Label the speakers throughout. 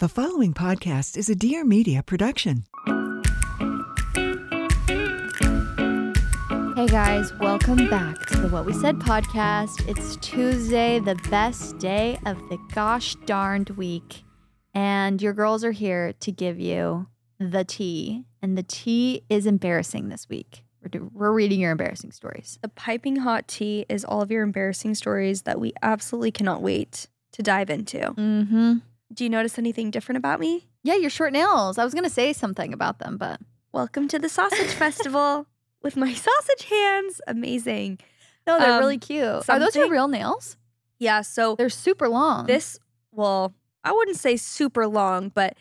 Speaker 1: The following podcast is a Dear Media production.
Speaker 2: Hey guys, welcome back to the What We Said podcast. It's Tuesday, the best day of the gosh darned week. And your girls are here to give you the tea. And the tea is embarrassing this week. We're, do- we're reading your embarrassing stories.
Speaker 3: The piping hot tea is all of your embarrassing stories that we absolutely cannot wait to dive into.
Speaker 2: Mm hmm.
Speaker 3: Do you notice anything different about me?
Speaker 2: Yeah, your short nails. I was going to say something about them, but
Speaker 3: Welcome to the sausage festival with my sausage hands. Amazing.
Speaker 2: no,
Speaker 3: they're
Speaker 2: they're really
Speaker 3: really
Speaker 2: cute. Are those your
Speaker 3: Um, something-
Speaker 2: real nails?
Speaker 3: Yeah, so
Speaker 2: They're super long.
Speaker 3: this well, I wouldn't say super long, but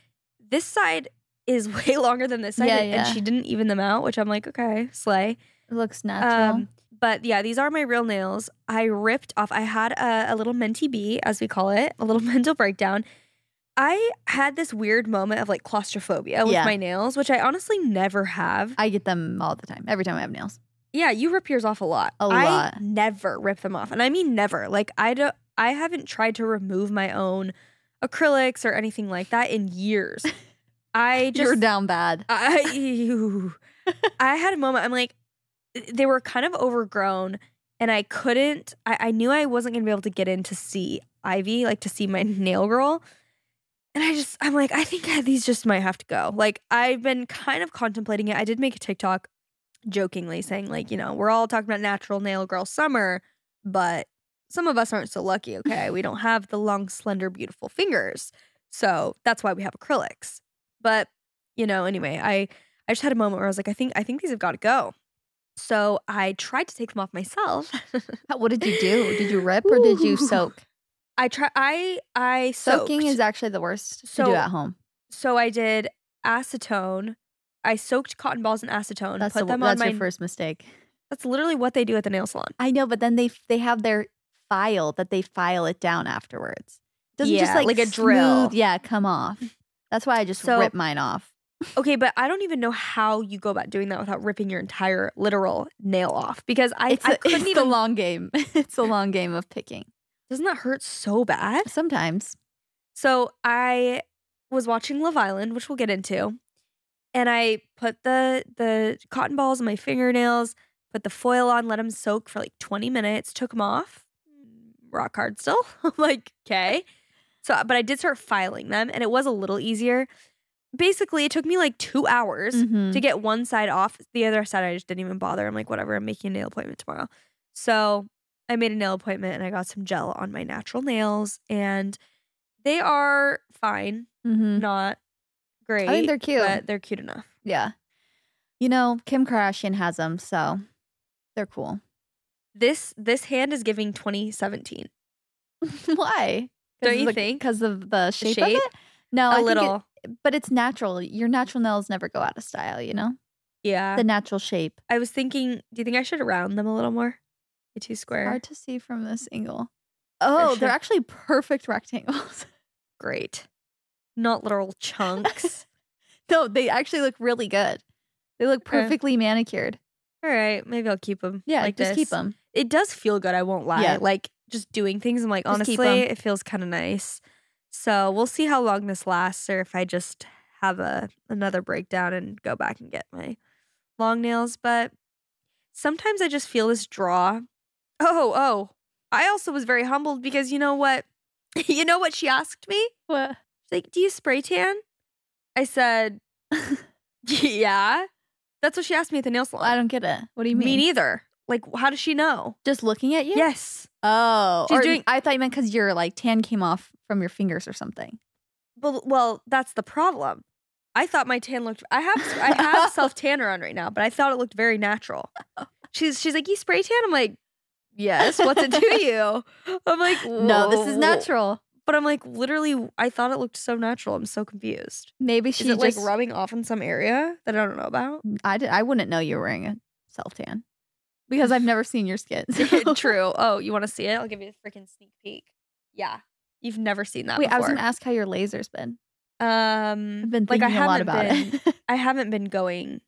Speaker 3: this side is way longer than this side
Speaker 2: Yeah,
Speaker 3: and-
Speaker 2: yeah.
Speaker 3: and she didn't even them out, which I'm like, okay, slay.
Speaker 2: looks natural.
Speaker 3: Um but yeah, these are my real nails. I ripped off. I had a, a little mentee bee, as we call it, a little mental breakdown. I had this weird moment of like claustrophobia with
Speaker 2: Yeah.
Speaker 3: my nails, which I honestly never have.
Speaker 2: I get them all the time, every time I have nails.
Speaker 3: Yeah, you rip yours off a lot.
Speaker 2: A
Speaker 3: I
Speaker 2: lot.
Speaker 3: Never rip them off, and I mean never. Like I don't. I haven't tried to remove my own acrylics or anything like that in years. I just
Speaker 2: You're down bad.
Speaker 3: I ew. I had a moment. I'm like, they were kind of overgrown, and I couldn't. I, I knew I wasn't gonna be able to get in to see Ivy, like to see my nail girl. And I just, I'm like, I think these just might have to go. Like, I've been kind of contemplating it. I did make a TikTok jokingly saying, like, you know, we're all talking about natural nail girl summer, but some of us aren't so lucky, okay? we don't have the long, slender, beautiful fingers. So that's why we have acrylics. But you know anyway i i just had a moment where i was like i think i think these have got to go so i tried to take them off myself
Speaker 2: How- What did you do? Did you rip or did you
Speaker 3: Ooh.
Speaker 2: soak?
Speaker 3: i try i i soaked.
Speaker 2: Soaking is actually the worst to do
Speaker 3: So-
Speaker 2: at home.
Speaker 3: so i did acetone i soaked cotton balls in acetone
Speaker 2: That's,
Speaker 3: put
Speaker 2: the,
Speaker 3: them
Speaker 2: that's
Speaker 3: on my
Speaker 2: your first mistake.
Speaker 3: that's literally what they do at the nail salon
Speaker 2: I know, but then they they have their file that they file it down afterwards. Doesn't just
Speaker 3: Yeah,
Speaker 2: like
Speaker 3: like a
Speaker 2: smooth-
Speaker 3: drill.
Speaker 2: yeah, come off. That's why I just
Speaker 3: So-
Speaker 2: rip mine off.
Speaker 3: okay but i don't even know how you go about doing that without ripping your entire literal nail off because i,
Speaker 2: It's,
Speaker 3: I
Speaker 2: a,
Speaker 3: couldn't
Speaker 2: it's
Speaker 3: even
Speaker 2: a long game. It's a long game of picking.
Speaker 3: doesn't that hurt so bad
Speaker 2: Sometimes
Speaker 3: So I was watching Love Island, which we'll get into, and I put the the cotton balls on my fingernails, put the foil on, let them soak for like 20 minutes, took them off, Mm, rock hard still. I'm like, okay. So, but I did start filing them, and it was a little easier. Basically, it took me like two hours
Speaker 2: Mhm.
Speaker 3: to get one side off. The other side, I just didn't even bother. I'm like, whatever, I'm making a nail appointment tomorrow. So I made a nail appointment and I got some gel on my natural nails, and they are fine,
Speaker 2: Mhm.
Speaker 3: not great.
Speaker 2: I think they're cute.
Speaker 3: But they're cute enough.
Speaker 2: yeah, you know Kim Kardashian has them, so they're cool.
Speaker 3: This this hand is giving 2017.
Speaker 2: why?
Speaker 3: Don't you think?
Speaker 2: Because of the shape, of
Speaker 3: shape?
Speaker 2: it? No, Oh, I
Speaker 3: A
Speaker 2: think it-
Speaker 3: little.
Speaker 2: but it's natural. Your natural nails never go out of style, you know?
Speaker 3: yeah.
Speaker 2: The natural shape.
Speaker 3: I was thinking, do you think I should round them a little more? Be too square.
Speaker 2: Hard to see from this angle. Oh,
Speaker 3: sure.
Speaker 2: they're actually perfect rectangles.
Speaker 3: Great. Not literal chunks.
Speaker 2: no, they actually look really good. They look perfectly manicured.
Speaker 3: All right, maybe I'll keep them.
Speaker 2: Yeah,
Speaker 3: like
Speaker 2: just
Speaker 3: this.
Speaker 2: keep them.
Speaker 3: it does feel good. I won't lie.
Speaker 2: Yeah.
Speaker 3: Like just doing things. I'm like,
Speaker 2: Just keep
Speaker 3: honestly,
Speaker 2: 'em.
Speaker 3: it feels kind of nice. So we'll see how long this lasts, or if I just have a another breakdown and go back and get my long nails. But sometimes I just feel this draw. Oh, oh! I also was very humbled because you know what? you know what she asked me?
Speaker 2: What?
Speaker 3: She's like, "Do you spray tan?" I said, "Yeah." That's what she asked me at the nail salon.
Speaker 2: I don't get it. What do you mean?
Speaker 3: Me neither. Like, how does she know?
Speaker 2: just looking at you?
Speaker 3: Yes.
Speaker 2: Oh,
Speaker 3: She's
Speaker 2: or
Speaker 3: doing-
Speaker 2: I thought you meant because your like tan came off from your fingers or something.
Speaker 3: But well, that's the problem. I thought my tan looked. I have I have self tanner on right now, but I thought it looked very natural. She's she's like, you spray tan. I'm like, yes. What's it to you? I'm like,
Speaker 2: No, this is
Speaker 3: "Whoa."
Speaker 2: natural.
Speaker 3: But I'm like, literally, I thought it looked so natural. I'm so confused.
Speaker 2: Maybe she
Speaker 3: is it
Speaker 2: just.
Speaker 3: like rubbing off in some area that I don't know about?
Speaker 2: I, did, I wouldn't know you were wearing a self tan because I've never seen your skin. so-
Speaker 3: True. Oh, you want to see it? I'll give you a freaking sneak peek. Yeah, you've never seen that.
Speaker 2: Wait, I
Speaker 3: before.
Speaker 2: was gonna ask how your laser's been.
Speaker 3: Um,
Speaker 2: I've been
Speaker 3: like
Speaker 2: thinking
Speaker 3: I
Speaker 2: a lot
Speaker 3: haven't
Speaker 2: about
Speaker 3: been. Oh,
Speaker 2: it.
Speaker 3: I haven't been going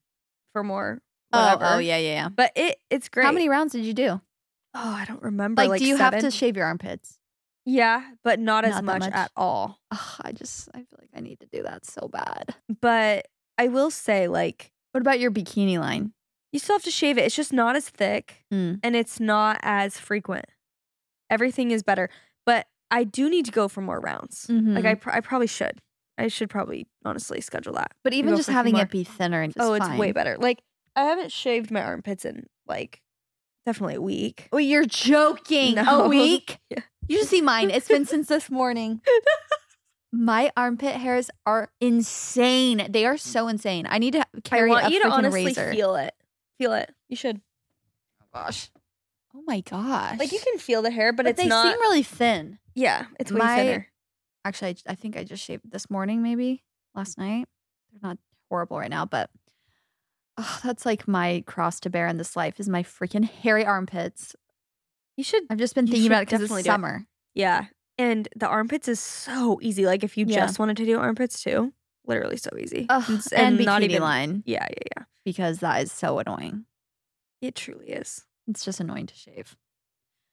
Speaker 3: for more.
Speaker 2: oh,
Speaker 3: Whatever.
Speaker 2: oh yeah, yeah, yeah.
Speaker 3: But it it's great.
Speaker 2: How many rounds did you do?
Speaker 3: Oh, I don't remember.
Speaker 2: Like,
Speaker 3: Like,
Speaker 2: do you have to
Speaker 3: seven?
Speaker 2: shave your armpits?
Speaker 3: Yeah, but not, as
Speaker 2: Not that
Speaker 3: much,
Speaker 2: much.
Speaker 3: at all.
Speaker 2: Ugh, I just I feel like I need to do that so bad.
Speaker 3: But I will say, like,
Speaker 2: What about your bikini line?
Speaker 3: you still have to shave it. It's just not as thick
Speaker 2: Mm.
Speaker 3: and it's not as frequent. Everything is better. But I do need to go for more rounds. Like,
Speaker 2: Mm-hmm.
Speaker 3: I, pr- I probably should. I should probably honestly schedule that.
Speaker 2: but even
Speaker 3: go
Speaker 2: just
Speaker 3: for a few
Speaker 2: having
Speaker 3: more.
Speaker 2: it be thinner and
Speaker 3: oh, it's way better. Like, I haven't shaved my armpits in like definitely a week.
Speaker 2: Well, you're joking.
Speaker 3: No.
Speaker 2: A week?
Speaker 3: Yeah.
Speaker 2: You should see mine. It's been since this morning. My armpit hairs are insane. They are so insane. I need to carry
Speaker 3: I want
Speaker 2: a
Speaker 3: you to
Speaker 2: freaking
Speaker 3: honestly
Speaker 2: razor.
Speaker 3: feel it. Feel it. You should.
Speaker 2: oh gosh. Oh my gosh.
Speaker 3: Like, you can feel the hair, but, it's
Speaker 2: they
Speaker 3: not.
Speaker 2: seem really thin.
Speaker 3: yeah, it's way
Speaker 2: My-
Speaker 3: thinner.
Speaker 2: Actually, I, j- I think I just shaved this morning, maybe last night. They're not horrible right now, but oh, that's like my cross to bear in this life is my freaking hairy armpits.
Speaker 3: You should
Speaker 2: I've just been
Speaker 3: You
Speaker 2: thinking
Speaker 3: should
Speaker 2: about it because
Speaker 3: definitely
Speaker 2: it's
Speaker 3: do it.
Speaker 2: summer.
Speaker 3: Yeah. And the armpits is so easy. Like if you
Speaker 2: Yeah.
Speaker 3: just wanted to do armpits too, literally so easy.
Speaker 2: Ugh,
Speaker 3: It's-
Speaker 2: and, bikini line
Speaker 3: Yeah, yeah, yeah.
Speaker 2: because that is so annoying.
Speaker 3: It truly is.
Speaker 2: It's just annoying to shave.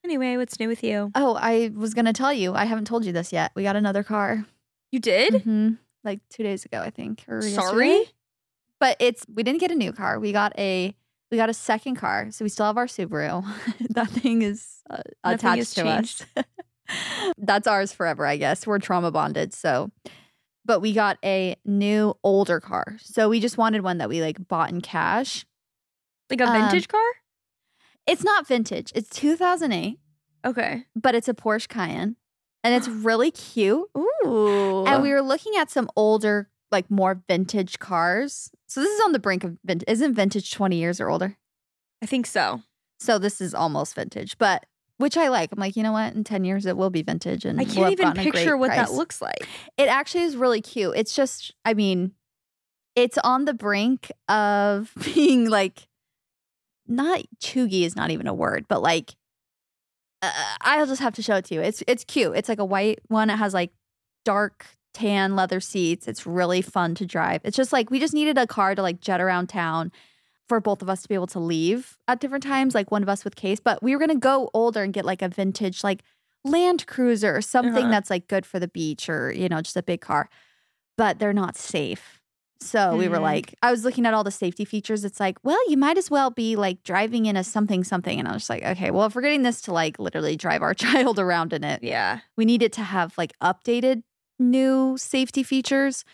Speaker 3: Anyway, what's new with you?
Speaker 2: Oh, I was gonna tell you. I haven't told you this yet. We got another car.
Speaker 3: You did?
Speaker 2: Mhm. Like two days ago, I think. or
Speaker 3: Sorry?
Speaker 2: yesterday. but it's we didn't get a new car. We got a we got a second car, so we still have our Subaru. that thing is uh,
Speaker 3: Nothing
Speaker 2: attached
Speaker 3: has
Speaker 2: to us. That's ours forever, I guess. We're trauma bonded, so. But we got a new older car, so we just wanted one that we like bought in cash.
Speaker 3: Like a
Speaker 2: Um,
Speaker 3: vintage car?
Speaker 2: It's not vintage. It's 2008,
Speaker 3: Okay.
Speaker 2: but it's a Porsche Cayenne and it's really cute.
Speaker 3: Ooh.
Speaker 2: And we were looking at some older, like more vintage cars. So this is on the brink of vintage. Isn't vintage 20 years or older?
Speaker 3: I think so.
Speaker 2: So this is almost vintage, but which I like. I'm like, you know what? In 10 years, it will be vintage. And
Speaker 3: I
Speaker 2: we'll
Speaker 3: can't
Speaker 2: have
Speaker 3: even
Speaker 2: gotten a great
Speaker 3: picture what
Speaker 2: price.
Speaker 3: that looks like.
Speaker 2: It actually is really cute. It's just, I mean, it's on the brink of being like, not chuggy is not even a word, but like, uh, I'll just have to show it to you. It's it's cute. It's like a white one. It has like dark tan leather seats. It's really fun to drive. It's just like we just needed a car to like jet around town for both of us to be able to leave at different times, like one of us with case. But we were gonna go older and get like a vintage like Land Cruiser or something
Speaker 3: Uh-huh.
Speaker 2: that's like good for the beach or you know just a big car. But they're not safe. So we were
Speaker 3: Mm.
Speaker 2: like, I was looking at all the safety features. It's like, well, you might as well be like driving in a something something. And I was just like, okay, well, if we're getting this to like literally drive our child around in it,
Speaker 3: Yeah.
Speaker 2: we needed to have like updated new safety features.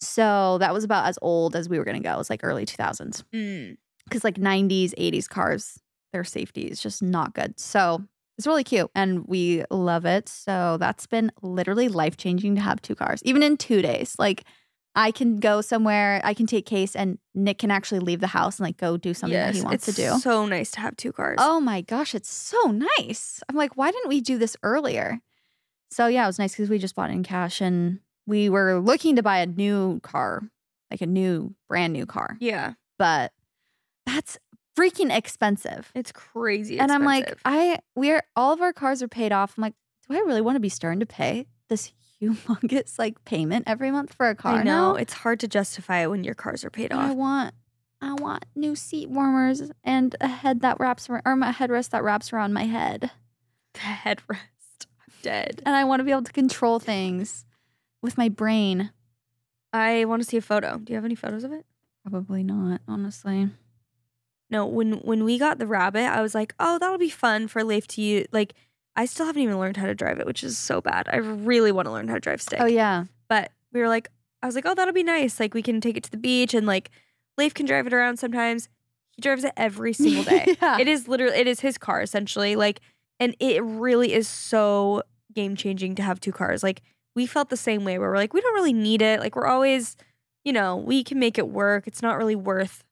Speaker 2: So that was about as old as we were going to go. It was like early 2000s
Speaker 3: Mm.
Speaker 2: because like 90s, 80s cars, their safety is just not good. So it's really cute and we love it. So that's been literally life changing to have two cars, even in two days. Like I can go somewhere, I can take case, and Nick can actually leave the house and like go do something that he
Speaker 3: Yes,
Speaker 2: wants
Speaker 3: it's
Speaker 2: to do.
Speaker 3: So nice to have two cars.
Speaker 2: Oh my gosh, it's so nice. I'm like, why didn't we do this earlier? So yeah, it was nice because we just bought it in cash and we were looking to buy a new car, like a new, brand new car.
Speaker 3: Yeah.
Speaker 2: But that's freaking expensive.
Speaker 3: It's crazy.
Speaker 2: And I'm like,
Speaker 3: expensive.
Speaker 2: I we're all of our cars are paid off. I'm like, do I really want to be starting to pay this humongous like payment every month for a car?
Speaker 3: I know
Speaker 2: now?
Speaker 3: it's hard to justify it when your cars are paid
Speaker 2: And I
Speaker 3: off.
Speaker 2: want I want new seat warmers and a head that wraps around or my headrest that wraps around my head.
Speaker 3: The headrest. I'm dead.
Speaker 2: And I want to be able to control things with my brain.
Speaker 3: I want to see a photo. Do you have any photos of it?
Speaker 2: Probably not, honestly.
Speaker 3: No, when when we got the rabbit, I was like, "Oh, that'll be fun for Leif to use." Like, I still haven't even learned how to drive it, which is so bad. I really want to learn how to drive stick.
Speaker 2: Oh yeah.
Speaker 3: But we were like, I was like, "Oh, that'll be nice. Like, we can take it to the beach and like, Leif can drive it around sometimes. He drives it every single day.
Speaker 2: yeah.
Speaker 3: It is literally it is his car essentially. Like, and it really is so game changing to have two cars. Like, we felt the same way where we're like, we don't really need it. Like, we're always, you know, we can make it work. It's not really worth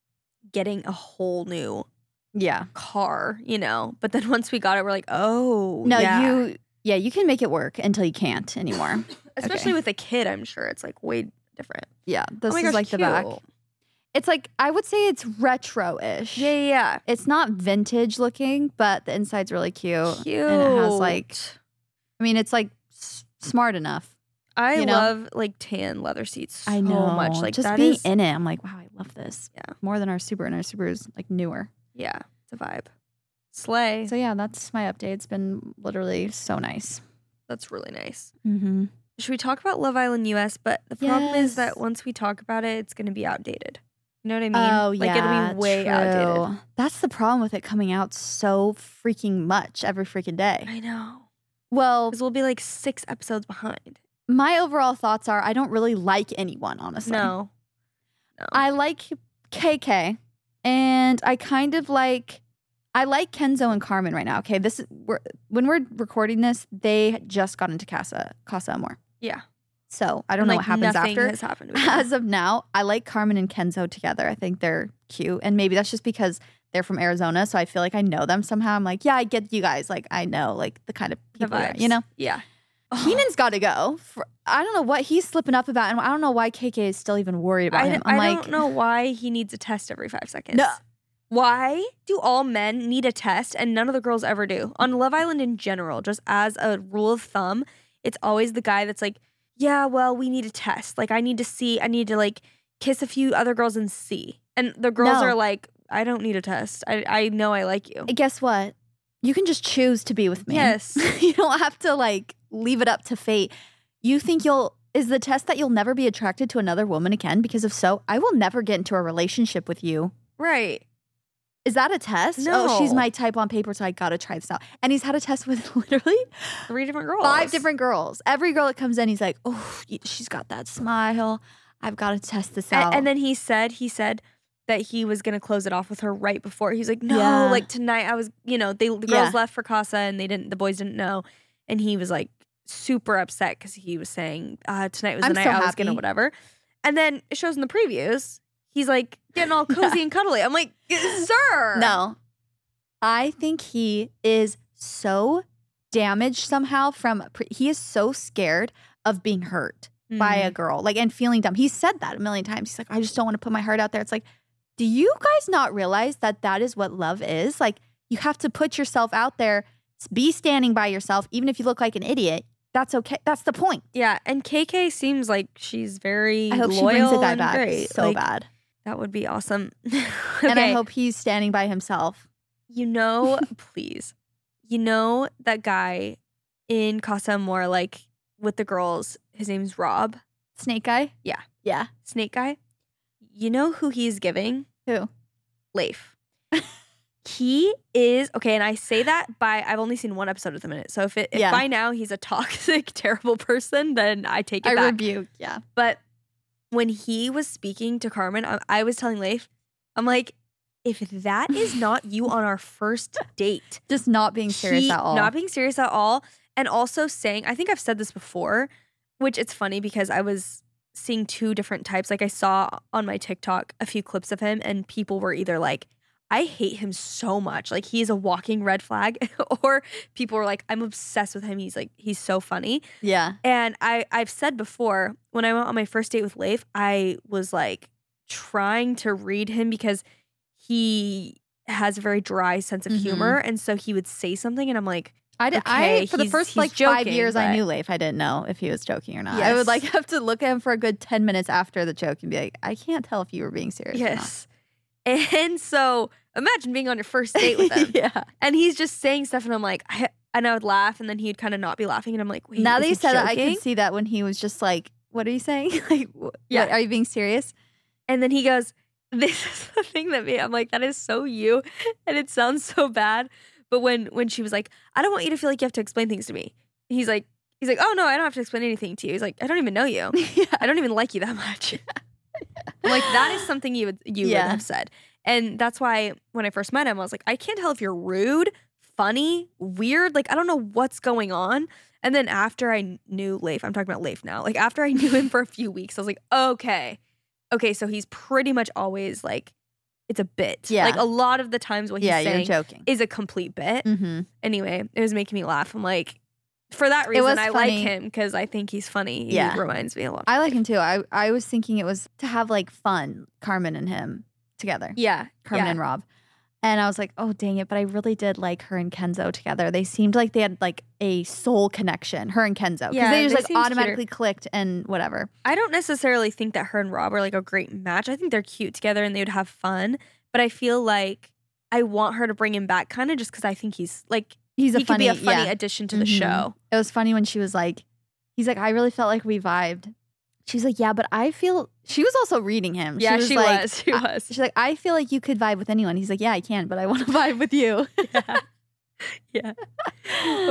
Speaker 3: getting a whole new
Speaker 2: yeah.
Speaker 3: car, you know. But then once we got it, we're like, oh,
Speaker 2: No,
Speaker 3: yeah.
Speaker 2: you yeah, you can make it work until you can't anymore.
Speaker 3: Especially
Speaker 2: okay.
Speaker 3: with a kid, I'm sure it's like way different.
Speaker 2: yeah. This
Speaker 3: Oh my
Speaker 2: is
Speaker 3: gosh,
Speaker 2: like the back.
Speaker 3: cute.
Speaker 2: It's like I would say it's retro-ish.
Speaker 3: Yeah, yeah,
Speaker 2: It's not vintage looking, but the inside's really
Speaker 3: yeah.
Speaker 2: cute.
Speaker 3: Cute.
Speaker 2: Oh, And it has like I mean, it's like s- smart enough.
Speaker 3: I
Speaker 2: you know?
Speaker 3: love like tan leather seats so
Speaker 2: I know
Speaker 3: much. Like
Speaker 2: just
Speaker 3: that
Speaker 2: being
Speaker 3: is-
Speaker 2: in it, I'm like, wow, I love this.
Speaker 3: Yeah.
Speaker 2: more than our Subaru, and our Subaru's like newer.
Speaker 3: yeah, it's a vibe. Slay.
Speaker 2: So yeah, that's my update. It's been literally so nice.
Speaker 3: That's really nice.
Speaker 2: Mm-hmm.
Speaker 3: Should we talk about Love Island US? But the problem is
Speaker 2: Yes.
Speaker 3: that once we talk about it, it's going to be outdated. You know what I mean?
Speaker 2: Oh
Speaker 3: like,
Speaker 2: yeah,
Speaker 3: it'll be way
Speaker 2: true.
Speaker 3: outdated.
Speaker 2: That's the problem with it coming out so freaking much every freaking day.
Speaker 3: I know.
Speaker 2: Well,
Speaker 3: Because we'll be like six episodes behind.
Speaker 2: my overall thoughts are I don't really like anyone, honestly.
Speaker 3: No. No.
Speaker 2: I like KK and I kind of like I like Kenzo and Carmen right now. Okay, this is we're, when we're recording this, they just got into Casa Casa Amor.
Speaker 3: yeah.
Speaker 2: So I don't know
Speaker 3: Like,
Speaker 2: what happens
Speaker 3: nothing
Speaker 2: after.
Speaker 3: has happened with them.
Speaker 2: As of now, I like Carmen and Kenzo together. I think they're cute, and maybe that's just because they're from Arizona. So I feel like I know them somehow. I'm like, yeah, I get you guys. Like I know like the kind of
Speaker 3: the
Speaker 2: people you are,
Speaker 3: vibes.
Speaker 2: you know.
Speaker 3: Yeah.
Speaker 2: Keenan's got to go. For, I don't know what he's slipping up about, and I don't know why KK is still even worried about
Speaker 3: I,
Speaker 2: him.
Speaker 3: I
Speaker 2: I'm like,
Speaker 3: don't know why he needs a test every five seconds.
Speaker 2: No.
Speaker 3: Why do all men need a test and none of the girls ever do? On Love Island in general, just as a rule of thumb, it's always the guy that's like, yeah, well, we need a test. Like, I need to see, I need to like kiss a few other girls and see. And the girls
Speaker 2: No.
Speaker 3: are like, I don't need a test. I, I know I like you.
Speaker 2: guess what? You can just choose to be with me.
Speaker 3: Yes.
Speaker 2: you don't have to like leave it up to fate. You think you'll is the test that you'll never be attracted to another woman again? Because if so, I will never get into a relationship with you.
Speaker 3: Right.
Speaker 2: Is that a test? Oh, she's
Speaker 3: No.
Speaker 2: my type on paper, so I gotta try this out. And he's had a test with literally
Speaker 3: Three different girls.
Speaker 2: five different girls. Every girl that comes in, he's like, "Oh, y- she's got that smile. I've got to test this
Speaker 3: A-
Speaker 2: out."
Speaker 3: And, then he said, he said that he was gonna close it off with her right before. He's like, no,
Speaker 2: Yeah.
Speaker 3: like tonight I was, you know, they the girls
Speaker 2: Yeah.
Speaker 3: left for Casa and they didn't, the boys didn't know, and he was like super upset because he was saying uh, tonight was
Speaker 2: I'm
Speaker 3: the night
Speaker 2: so
Speaker 3: I was gonna
Speaker 2: happy.
Speaker 3: whatever. And then it shows in the previews, he's like getting all cozy and cuddly. I'm like, sir,
Speaker 2: No. I think he is so damaged somehow from pre- he is so scared of being hurt
Speaker 3: Mm.
Speaker 2: by a girl like and feeling dumb. He said that a million times. He's like I just don't want to put my heart out there. It's like do you guys not realize that that is what love is? Like you have to put yourself out there, be standing by yourself even if you look like an idiot. That's okay. That's the point.
Speaker 3: yeah. And KK seems like she's very
Speaker 2: I hope she
Speaker 3: loyal
Speaker 2: brings the guy
Speaker 3: and
Speaker 2: back
Speaker 3: great.
Speaker 2: so
Speaker 3: Like,
Speaker 2: bad.
Speaker 3: That would be awesome.
Speaker 2: And I
Speaker 3: Okay.
Speaker 2: hope he's standing by himself.
Speaker 3: You know, please. You know that guy in Casa More, like with the girls, his name's Rob,
Speaker 2: Snake guy?
Speaker 3: Yeah.
Speaker 2: Yeah.
Speaker 3: snake guy. You know who he's giving?
Speaker 2: Who?
Speaker 3: Leif. he is okay, and I say that by I've only seen one episode of the minute. So if it if
Speaker 2: Yeah.
Speaker 3: by now he's a toxic, terrible person, then I take it
Speaker 2: I
Speaker 3: back.
Speaker 2: rebuke. Yeah.
Speaker 3: But when he was speaking to Carmen, I, I was telling Leif, I'm like, if that is not you on our first date,
Speaker 2: Just not being serious
Speaker 3: he-
Speaker 2: at all.
Speaker 3: Not being serious at all. And also saying, I think I've said this before, which it's funny because I was seeing two different types. Like I saw on my TikTok a few clips of him, and people were either like, I hate him so much. Like he is a walking red flag. or people were like, I'm obsessed with him. He's like, he's so funny.
Speaker 2: yeah.
Speaker 3: And I, I've said before, when I went on my first date with Leif, I was like trying to read him because he has a very dry sense of
Speaker 2: Mhm.
Speaker 3: humor. And so he would say something, and I'm like,
Speaker 2: I, d- I
Speaker 3: okay,
Speaker 2: for the
Speaker 3: he's-
Speaker 2: first
Speaker 3: he's
Speaker 2: like five
Speaker 3: joking,
Speaker 2: years, I
Speaker 3: but-
Speaker 2: knew Leif. I didn't know if he was joking or not. I would
Speaker 3: Yes.
Speaker 2: like have to look at him for a good ten minutes after the joke and be like, I can't tell if you were being serious. or not."
Speaker 3: yes. And so imagine being on your first date with him.
Speaker 2: yeah.
Speaker 3: and he's just saying stuff, and I'm like, I, and I would laugh, and then he'd kind of not be laughing. And I'm like, wait,
Speaker 2: now
Speaker 3: is
Speaker 2: that
Speaker 3: he
Speaker 2: you said that, I
Speaker 3: joking?
Speaker 2: can see that when he was just like, "What are you saying? like, wh-
Speaker 3: Yeah.
Speaker 2: what, are you being serious?"
Speaker 3: And then he goes, "This is the thing that me." I'm like, "That is so you," and it sounds so bad. But when when she was like, "I don't want you to feel like you have to explain things to me," he's like, "He's like, oh no, I don't have to explain anything to you." He's like, "I don't even know you.
Speaker 2: yeah.
Speaker 3: I don't even like you that much." I'm like that is something you would you
Speaker 2: Yeah.
Speaker 3: would have said, and that's why when I first met him, I was like, "I can't tell if you're rude, funny, weird. Like I don't know what's going on." And then after I knew Leif, I'm talking about Leif now. Like after I knew him for a few weeks, I was like, okay, okay. So he's pretty much always like, it's a bit.
Speaker 2: Yeah.
Speaker 3: Like a lot of the times what he's
Speaker 2: yeah, you're
Speaker 3: saying
Speaker 2: joking.
Speaker 3: is a complete bit.
Speaker 2: mm-hmm.
Speaker 3: Anyway, it was making me laugh. I'm like, for that reason,
Speaker 2: was
Speaker 3: I
Speaker 2: funny.
Speaker 3: like him because I think he's funny. He
Speaker 2: Yeah.
Speaker 3: reminds me a lot.
Speaker 2: I like him too. I I was thinking it was to have like fun, Carmen and him together.
Speaker 3: Yeah.
Speaker 2: Carmen
Speaker 3: yeah.
Speaker 2: and Rob. And I was like, oh, dang it. But I really did like her and Kenzo together. They seemed like they had like a soul connection, her and Kenzo. Because
Speaker 3: Yeah,
Speaker 2: they just
Speaker 3: they
Speaker 2: like
Speaker 3: seemed cuter.
Speaker 2: automatically clicked and whatever.
Speaker 3: I don't necessarily think that her and Rob are like a great match. I think they're cute together and they would have fun. But I feel like I want her to bring him back kind of just because I think he's like
Speaker 2: He's a
Speaker 3: he
Speaker 2: funny,
Speaker 3: could be a funny Mm-hmm.
Speaker 2: yeah.
Speaker 3: addition to the
Speaker 2: Mhm.
Speaker 3: show.
Speaker 2: It was funny when she was like, he's like, I really felt like we vibed. She's like, yeah, but I feel she was also reading him.
Speaker 3: yeah,
Speaker 2: she was.
Speaker 3: Mm-hmm. she
Speaker 2: like,
Speaker 3: was. She
Speaker 2: I-
Speaker 3: was.
Speaker 2: She's like, I feel like you could vibe with anyone. He's like, yeah, I can, but I want to vibe with you.
Speaker 3: yeah. yeah. It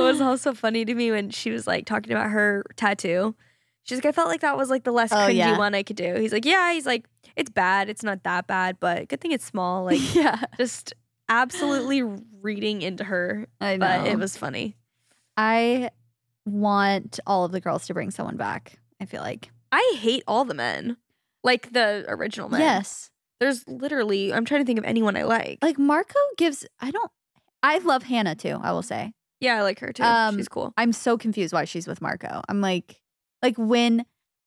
Speaker 3: was also funny to me when she was like talking about her tattoo. She's like, I felt like that was like the less
Speaker 2: Oh,
Speaker 3: cringy
Speaker 2: yeah.
Speaker 3: one I could do. He's like, Yeah, he's like, it's bad. It's not that bad, but good thing it's small. Like,
Speaker 2: yeah,
Speaker 3: just absolutely reading into her.
Speaker 2: I know.
Speaker 3: But it was funny.
Speaker 2: I want all of the girls to bring someone back. I feel like
Speaker 3: I hate all the men, like the original men.
Speaker 2: yes,
Speaker 3: There's literally, I'm trying to think of anyone I like.
Speaker 2: like Marco gives. I don't. I love Hannah too. I will say
Speaker 3: yeah, I like her too.
Speaker 2: Um,
Speaker 3: She's cool.
Speaker 2: I'm so confused why she's with Marco. I'm like, like when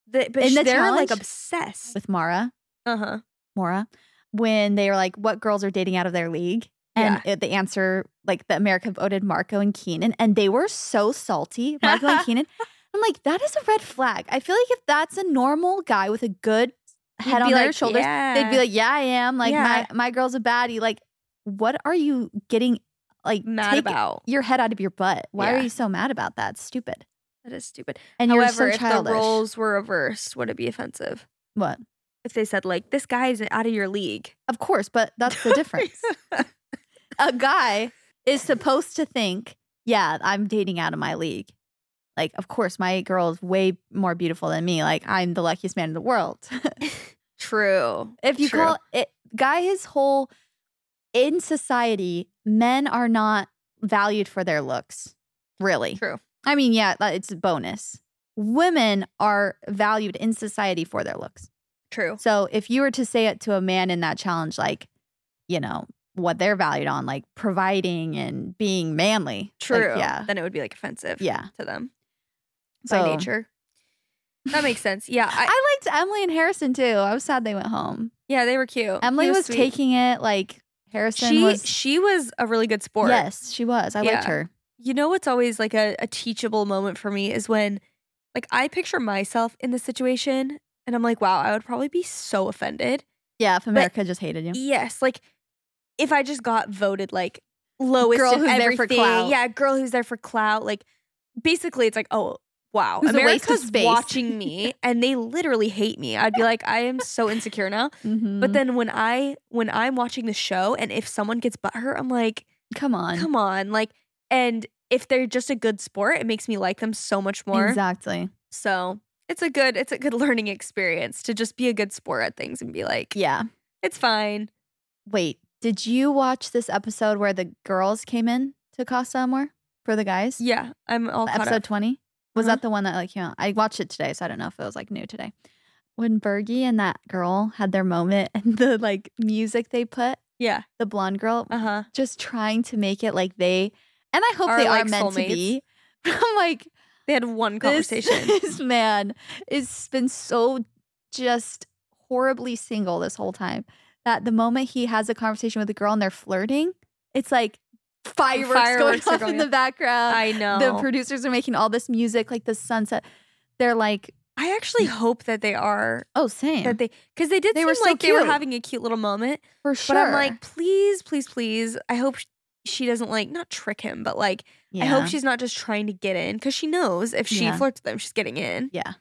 Speaker 3: The, but
Speaker 2: in the
Speaker 3: they're
Speaker 2: challenge-
Speaker 3: like obsessed.
Speaker 2: with Mara,
Speaker 3: Uh huh.
Speaker 2: Mora, when they were like, what girls are dating out of their league. And it, the answer, like the America voted Marco and Keenan, and they were so salty, Marco and Keenan. I'm like, that is a red flag. I feel like if that's a normal guy with a good head on their shoulders, they'd be like, "Yeah, I am." Like
Speaker 3: Yeah.
Speaker 2: my my girl's a baddie. Like, what are you getting? Like,
Speaker 3: mad
Speaker 2: take
Speaker 3: about.
Speaker 2: your head out of your butt. Why are
Speaker 3: Yeah.
Speaker 2: you so mad about that? It's Stupid.
Speaker 3: That is stupid.
Speaker 2: And
Speaker 3: However,
Speaker 2: you're so
Speaker 3: if
Speaker 2: childish.
Speaker 3: the roles were reversed, would it be offensive?
Speaker 2: what?
Speaker 3: If they said like, "This guy is out of your league,"
Speaker 2: Of course, but that's the difference. a guy is supposed to think, "Yeah, I'm dating out of my league." Like, of course, my girl is way more beautiful than me. Like, I'm the luckiest man in the world.
Speaker 3: True.
Speaker 2: If you
Speaker 3: True.
Speaker 2: call it guy his whole in society, men are not valued for their looks. Really.
Speaker 3: True.
Speaker 2: I mean, yeah, that- it's a bonus. Women are valued in society for their looks.
Speaker 3: true,
Speaker 2: So if you were to say it to a man in that challenge, like, you know, what they're valued on, like providing and being manly. like,
Speaker 3: true,
Speaker 2: yeah.
Speaker 3: then it would be like offensive,
Speaker 2: Yeah.
Speaker 3: to them
Speaker 2: So
Speaker 3: by nature. That makes sense. Yeah,
Speaker 2: I,
Speaker 3: I,
Speaker 2: liked Emily and Harrison too. I was sad they went home.
Speaker 3: yeah, they were cute.
Speaker 2: Emily
Speaker 3: He
Speaker 2: was,
Speaker 3: sweet.
Speaker 2: taking it like Harrison
Speaker 3: She
Speaker 2: was.
Speaker 3: she was a really good sport.
Speaker 2: Yes, she was. I liked
Speaker 3: Yeah.
Speaker 2: her.
Speaker 3: You know what's always like a, a teachable moment for me is when like I picture myself in this situation and I'm like, wow, I would probably be so offended.
Speaker 2: Yeah, if America just hated you.
Speaker 3: Yes, like if I just got voted like lowest
Speaker 2: Girl
Speaker 3: in
Speaker 2: who's there for
Speaker 3: everything,
Speaker 2: clout.
Speaker 3: yeah, girl who's there for clout. Like basically, it's like oh wow,
Speaker 2: Who's a waste of
Speaker 3: America's
Speaker 2: space.
Speaker 3: watching me, and they literally hate me. I'd be like, I am so insecure now.
Speaker 2: Mm-hmm.
Speaker 3: But then when I when I'm watching the show, and if someone gets butthurt, I'm like,
Speaker 2: come on,
Speaker 3: come on, like, and if they're just a good sport, it makes me like them so much more.
Speaker 2: exactly.
Speaker 3: So. It's a good it's a good learning experience to just be a good sport at things and be like,
Speaker 2: Yeah.
Speaker 3: it's fine.
Speaker 2: Wait, did you watch this episode where the girls came in to Costa Amor for the guys?
Speaker 3: Yeah, I'm all caught
Speaker 2: episode
Speaker 3: up.
Speaker 2: twenty was
Speaker 3: Uh-huh.
Speaker 2: that the one that like came out? I watched it today, so I don't know if it was like new today. When Bergie and that girl had their moment, and the like music they put,
Speaker 3: Yeah.
Speaker 2: the blonde girl
Speaker 3: Uh huh.
Speaker 2: just trying to make it like they, and I hope
Speaker 3: Are,
Speaker 2: they are
Speaker 3: like,
Speaker 2: meant to be. I'm like,
Speaker 3: They had one conversation.
Speaker 2: This, this man has been so just horribly single this whole time that the moment he has a conversation with a girl and they're flirting, it's like fireworks,
Speaker 3: Fireworks are
Speaker 2: going off
Speaker 3: going
Speaker 2: in the
Speaker 3: off.
Speaker 2: background.
Speaker 3: I know.
Speaker 2: the producers are making all this music, like the sunset. They're like,
Speaker 3: I actually hope that they are
Speaker 2: oh, same.
Speaker 3: that they because they did
Speaker 2: They
Speaker 3: seem
Speaker 2: were so
Speaker 3: like they were
Speaker 2: cute.
Speaker 3: having a cute little moment.
Speaker 2: for sure.
Speaker 3: But I'm like, please, please, please. I hope sh- she doesn't like not trick him, but like I
Speaker 2: Yeah.
Speaker 3: hope she's not just trying to get in because she knows if she
Speaker 2: Yeah.
Speaker 3: flirts with him, she's getting in.
Speaker 2: Yeah.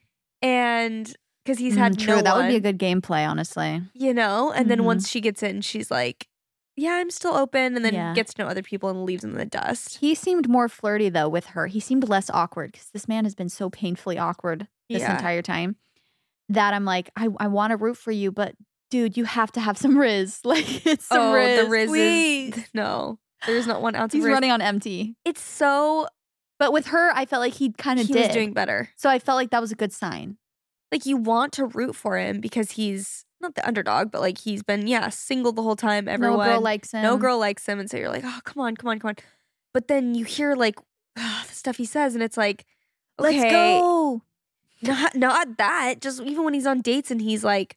Speaker 3: And because he's
Speaker 2: Mm,
Speaker 3: had
Speaker 2: True,
Speaker 3: no
Speaker 2: that would be a
Speaker 3: one,
Speaker 2: good gameplay, honestly.
Speaker 3: you know. And then
Speaker 2: Mhm.
Speaker 3: once she gets in, she's like, yeah, I'm still open, and then
Speaker 2: Yeah.
Speaker 3: gets to know other people and leaves them in the dust.
Speaker 2: He seemed more flirty though with her. He seemed less awkward because this man has been so painfully awkward this
Speaker 3: Yeah.
Speaker 2: entire time that I'm like, I, I want to root for you, but dude, you have to have some Riz. Like it's some
Speaker 3: oh,
Speaker 2: Riz.
Speaker 3: the Riz
Speaker 2: please.
Speaker 3: is no. There is not one ounce
Speaker 2: He's
Speaker 3: of Riz.
Speaker 2: running on empty.
Speaker 3: It's so
Speaker 2: But with her, I felt like he kind of
Speaker 3: he
Speaker 2: did.
Speaker 3: was doing better.
Speaker 2: so I felt like that was a good sign.
Speaker 3: Like you want to root for him because he's not the underdog, but like he's been yeah single the whole time. Everyone,
Speaker 2: no girl likes him.
Speaker 3: no girl likes him, and so you're like, oh come on, come on, come on. But then you hear like the stuff he says, and it's like,
Speaker 2: Let's
Speaker 3: okay,
Speaker 2: go.
Speaker 3: not not that. Just even when he's on dates and he's like,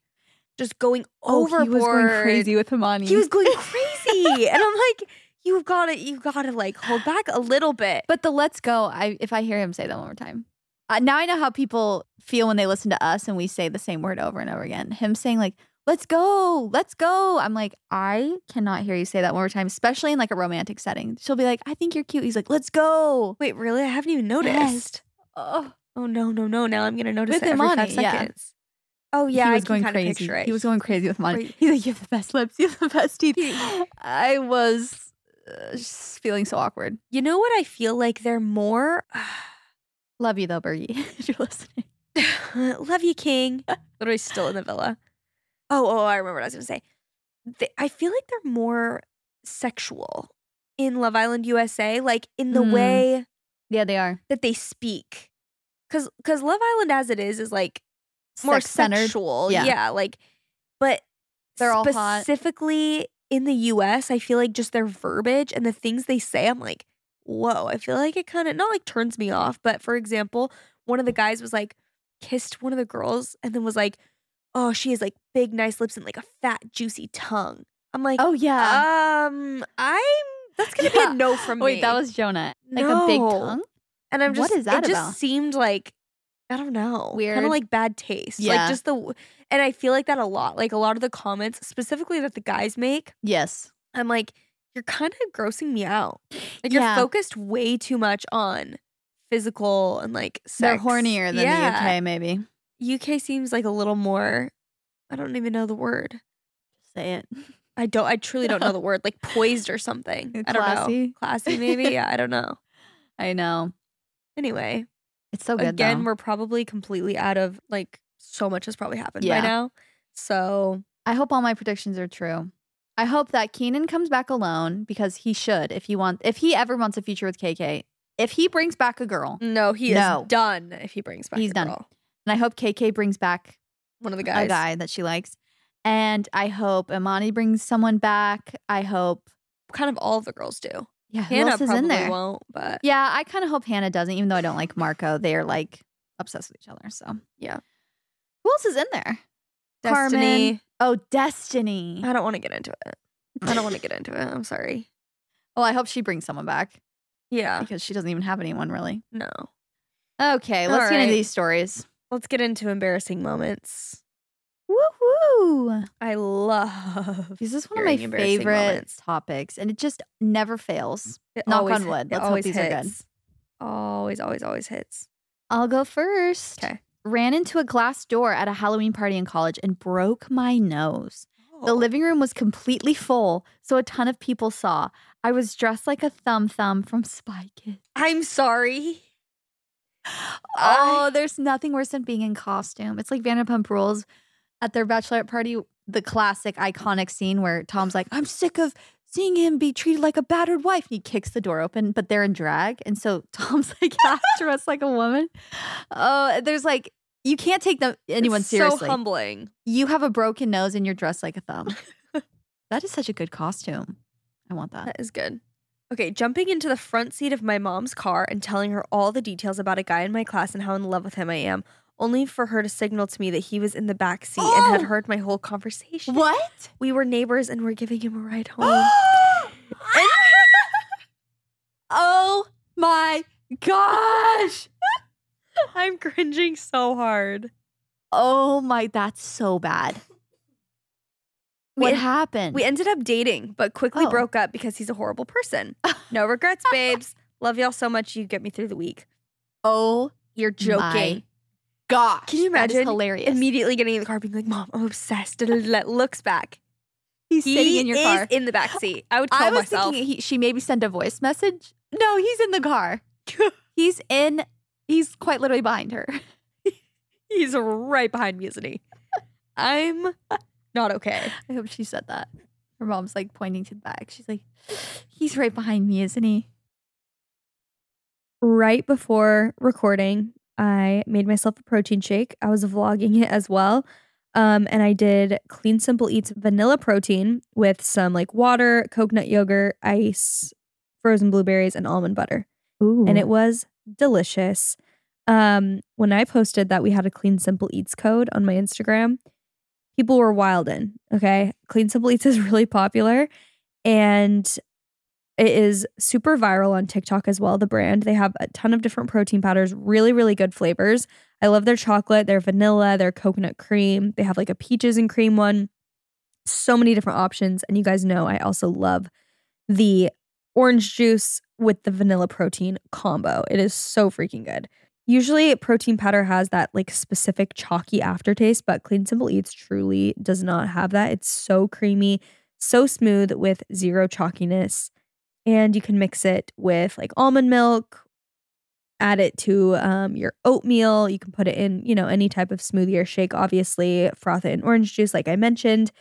Speaker 3: just going
Speaker 2: Oh,
Speaker 3: overboard.
Speaker 2: he was going crazy with Himani.
Speaker 3: He was going crazy, and I'm like, you've got to, you've got to like hold back a little bit.
Speaker 2: But the let's go, I if I hear him say that one more time. Uh, now I know how people feel when they listen to us and we say the same word over and over again. Him saying like, let's go, let's go. I'm like, I cannot hear you say that one more time, especially in like a romantic setting. She'll be like, I think you're cute. He's like, let's go.
Speaker 3: Wait, really? I haven't even noticed.
Speaker 2: Yes. Oh,
Speaker 3: Oh no, no, no! Now I'm gonna notice
Speaker 2: With
Speaker 3: it every five
Speaker 2: Imani, yeah.
Speaker 3: seconds. Oh yeah,
Speaker 2: he
Speaker 3: I
Speaker 2: was
Speaker 3: can
Speaker 2: going
Speaker 3: kinda
Speaker 2: crazy.
Speaker 3: Picture it.
Speaker 2: He was going crazy with money.
Speaker 3: Right.
Speaker 2: He's like, you have the best lips, you have the best teeth. I was uh, just feeling so awkward.
Speaker 3: You know what I feel like? They're more.
Speaker 2: Love you though, Bergie, if you're listening.
Speaker 3: Love you, King. Literally still in the villa. Oh, oh, I remember what I was gonna say. They, I feel like they're more sexual in Love Island USA, like in the
Speaker 2: Mm.
Speaker 3: way
Speaker 2: Yeah, they are
Speaker 3: that they speak. Cause, cause Love Island as it is is like more
Speaker 2: Sex-centered.
Speaker 3: sexual.
Speaker 2: Yeah.
Speaker 3: like, but
Speaker 2: They're all hot.
Speaker 3: specifically in the U.S., I feel like just their verbiage and the things they say. I'm like, whoa. I feel like it kind of not like turns me off, but for example, one of the guys was like kissed one of the girls and then was like, oh, she has like big, nice lips and like a fat, juicy tongue. I'm like,
Speaker 2: Oh yeah.
Speaker 3: um, I'm. That's gonna be
Speaker 2: Yeah.
Speaker 3: a no from me.
Speaker 2: Wait, that was Jonah. Like a big
Speaker 3: No.
Speaker 2: tongue.
Speaker 3: And I'm
Speaker 2: What
Speaker 3: just
Speaker 2: is that
Speaker 3: it just
Speaker 2: about?
Speaker 3: seemed like I don't know. Kind
Speaker 2: Weird.
Speaker 3: of like bad taste.
Speaker 2: Yeah.
Speaker 3: Like just the and I feel like that a lot. Like a lot of the comments specifically that the guys make,
Speaker 2: Yes.
Speaker 3: I'm like you're kind of grossing me out. Like
Speaker 2: Yeah.
Speaker 3: you're focused way too much on physical and like sex.
Speaker 2: They're hornier than
Speaker 3: yeah.
Speaker 2: the UK, maybe.
Speaker 3: UK. UK seems like a little more I don't even know the word.
Speaker 2: Say it.
Speaker 3: I don't I truly don't know the word. Like poised or something. I don't know.
Speaker 2: Classy.
Speaker 3: Classy maybe. yeah, I don't know.
Speaker 2: I know.
Speaker 3: Anyway,
Speaker 2: It's so Oh, good.
Speaker 3: again
Speaker 2: though.
Speaker 3: we're probably completely out of like so much has probably happened
Speaker 2: Yeah.
Speaker 3: by now so
Speaker 2: I hope all my predictions are true. I hope that Keenan comes back alone because he should. If he wants, if he ever wants a future with KK, if he brings back a girl,
Speaker 3: no he
Speaker 2: No.
Speaker 3: is done if he brings back
Speaker 2: He's
Speaker 3: a
Speaker 2: done.
Speaker 3: girl.
Speaker 2: and I hope KK brings back
Speaker 3: one of the guys
Speaker 2: a guy that she likes, and I hope Imani brings someone back. I hope
Speaker 3: kind of all the girls do
Speaker 2: yeah, who
Speaker 3: hannah
Speaker 2: else is
Speaker 3: probably
Speaker 2: in there?
Speaker 3: won't but
Speaker 2: Yeah, I kind of hope Hannah doesn't, even though I don't like Marco. They're like obsessed with each other. So
Speaker 3: Yeah.
Speaker 2: who else is in there?
Speaker 3: destiny
Speaker 2: Oh, Destiny.
Speaker 3: i don't want to get into it i don't want to get into it i'm sorry
Speaker 2: Well, I hope she brings someone back
Speaker 3: yeah
Speaker 2: because she doesn't even have anyone really.
Speaker 3: no
Speaker 2: Okay,
Speaker 3: All
Speaker 2: let's get into
Speaker 3: right.
Speaker 2: these stories.
Speaker 3: let's get into embarrassing moments
Speaker 2: Woohoo!
Speaker 3: i love
Speaker 2: This is one of
Speaker 3: Hearing
Speaker 2: my
Speaker 3: embarrassing
Speaker 2: favorite
Speaker 3: moments.
Speaker 2: topics, and it just never fails.
Speaker 3: it
Speaker 2: Knock
Speaker 3: always
Speaker 2: on
Speaker 3: hit-
Speaker 2: wood.
Speaker 3: it
Speaker 2: Let's hope
Speaker 3: always
Speaker 2: these are
Speaker 3: hits.
Speaker 2: good.
Speaker 3: always always always hits
Speaker 2: I'll go first.
Speaker 3: 'Kay.
Speaker 2: Ran into a glass door at a Halloween party in college and broke my nose. The
Speaker 3: Oh.
Speaker 2: living room was completely full, so a ton of people saw. I was dressed like a thumb thumb from Spy Kids.
Speaker 3: i'm sorry
Speaker 2: Oh, there's nothing worse than being in costume. It's like Vanderpump Rules at their bachelorette party, the classic iconic scene where Tom's like, I'm sick of seeing him be treated like a battered wife. And he kicks the door open, but they're in drag. And so Tom's like, half dressed like a woman. Oh, there's like, you can't take them, anyone
Speaker 3: It's
Speaker 2: seriously.
Speaker 3: so humbling
Speaker 2: You have a broken nose and you're dressed like a thumb. that is such a good costume. I want that.
Speaker 3: That is good. Okay, jumping into the front seat of my mom's car and telling her all the details about a guy in my class and how in love with him I am, only for her to signal to me that he was in the back seat and had
Speaker 2: Oh!
Speaker 3: heard my whole conversation.
Speaker 2: What?
Speaker 3: We were neighbors and were giving him a ride home.
Speaker 2: And- oh my gosh.
Speaker 3: I'm cringing so hard.
Speaker 2: Oh my, that's so bad.
Speaker 3: We
Speaker 2: What
Speaker 3: en-
Speaker 2: happened?
Speaker 3: We ended up dating, but quickly
Speaker 2: Oh.
Speaker 3: broke up because he's a horrible person. No regrets, babes. Love y'all so much. You get me through the week.
Speaker 2: oh,
Speaker 3: You're joking.
Speaker 2: gosh.
Speaker 3: Can you
Speaker 2: That is
Speaker 3: imagine?
Speaker 2: hilarious.
Speaker 3: Immediately getting in the car, being like, "Mom, I'm obsessed." Looks back.
Speaker 2: he's
Speaker 3: He
Speaker 2: sitting in your
Speaker 3: is
Speaker 2: car.
Speaker 3: in the back seat. I would kill
Speaker 2: I was
Speaker 3: myself.
Speaker 2: thinking he, she maybe sent a voice message. No, he's in the car. he's in. He's quite literally behind her.
Speaker 3: He's right behind me, isn't he? I'm not okay.
Speaker 2: I hope she said that. Her mom's like pointing to the back. She's like, "He's right behind me, isn't he?"
Speaker 3: Right before recording, I made myself a protein shake. I was vlogging it as well. Um, and I did Clean Simple Eats vanilla protein with some like water, coconut yogurt, ice, frozen blueberries, and almond butter.
Speaker 2: Ooh,
Speaker 3: and it was delicious. Um, when I posted that we had a Clean Simple Eats code on my Instagram, people were wildin'. Okay, Clean Simple Eats is really popular, and it is super viral on TikTok as well. The brand they have a ton of different protein powders, really really good flavors. I love their chocolate, their vanilla, their coconut cream. They have like a peaches and cream one. so many different options. And you guys know I also love the orange juice with the vanilla protein combo. It is so freaking good. Usually, protein powder has that like specific chalky aftertaste, but Clean Simple Eats truly does not have that. It's so creamy, so smooth with zero chalkiness. And you can mix it with like almond milk, add it to um, your oatmeal. You can put it in, you know, any type of smoothie or shake, obviously, froth it in orange juice, like I mentioned.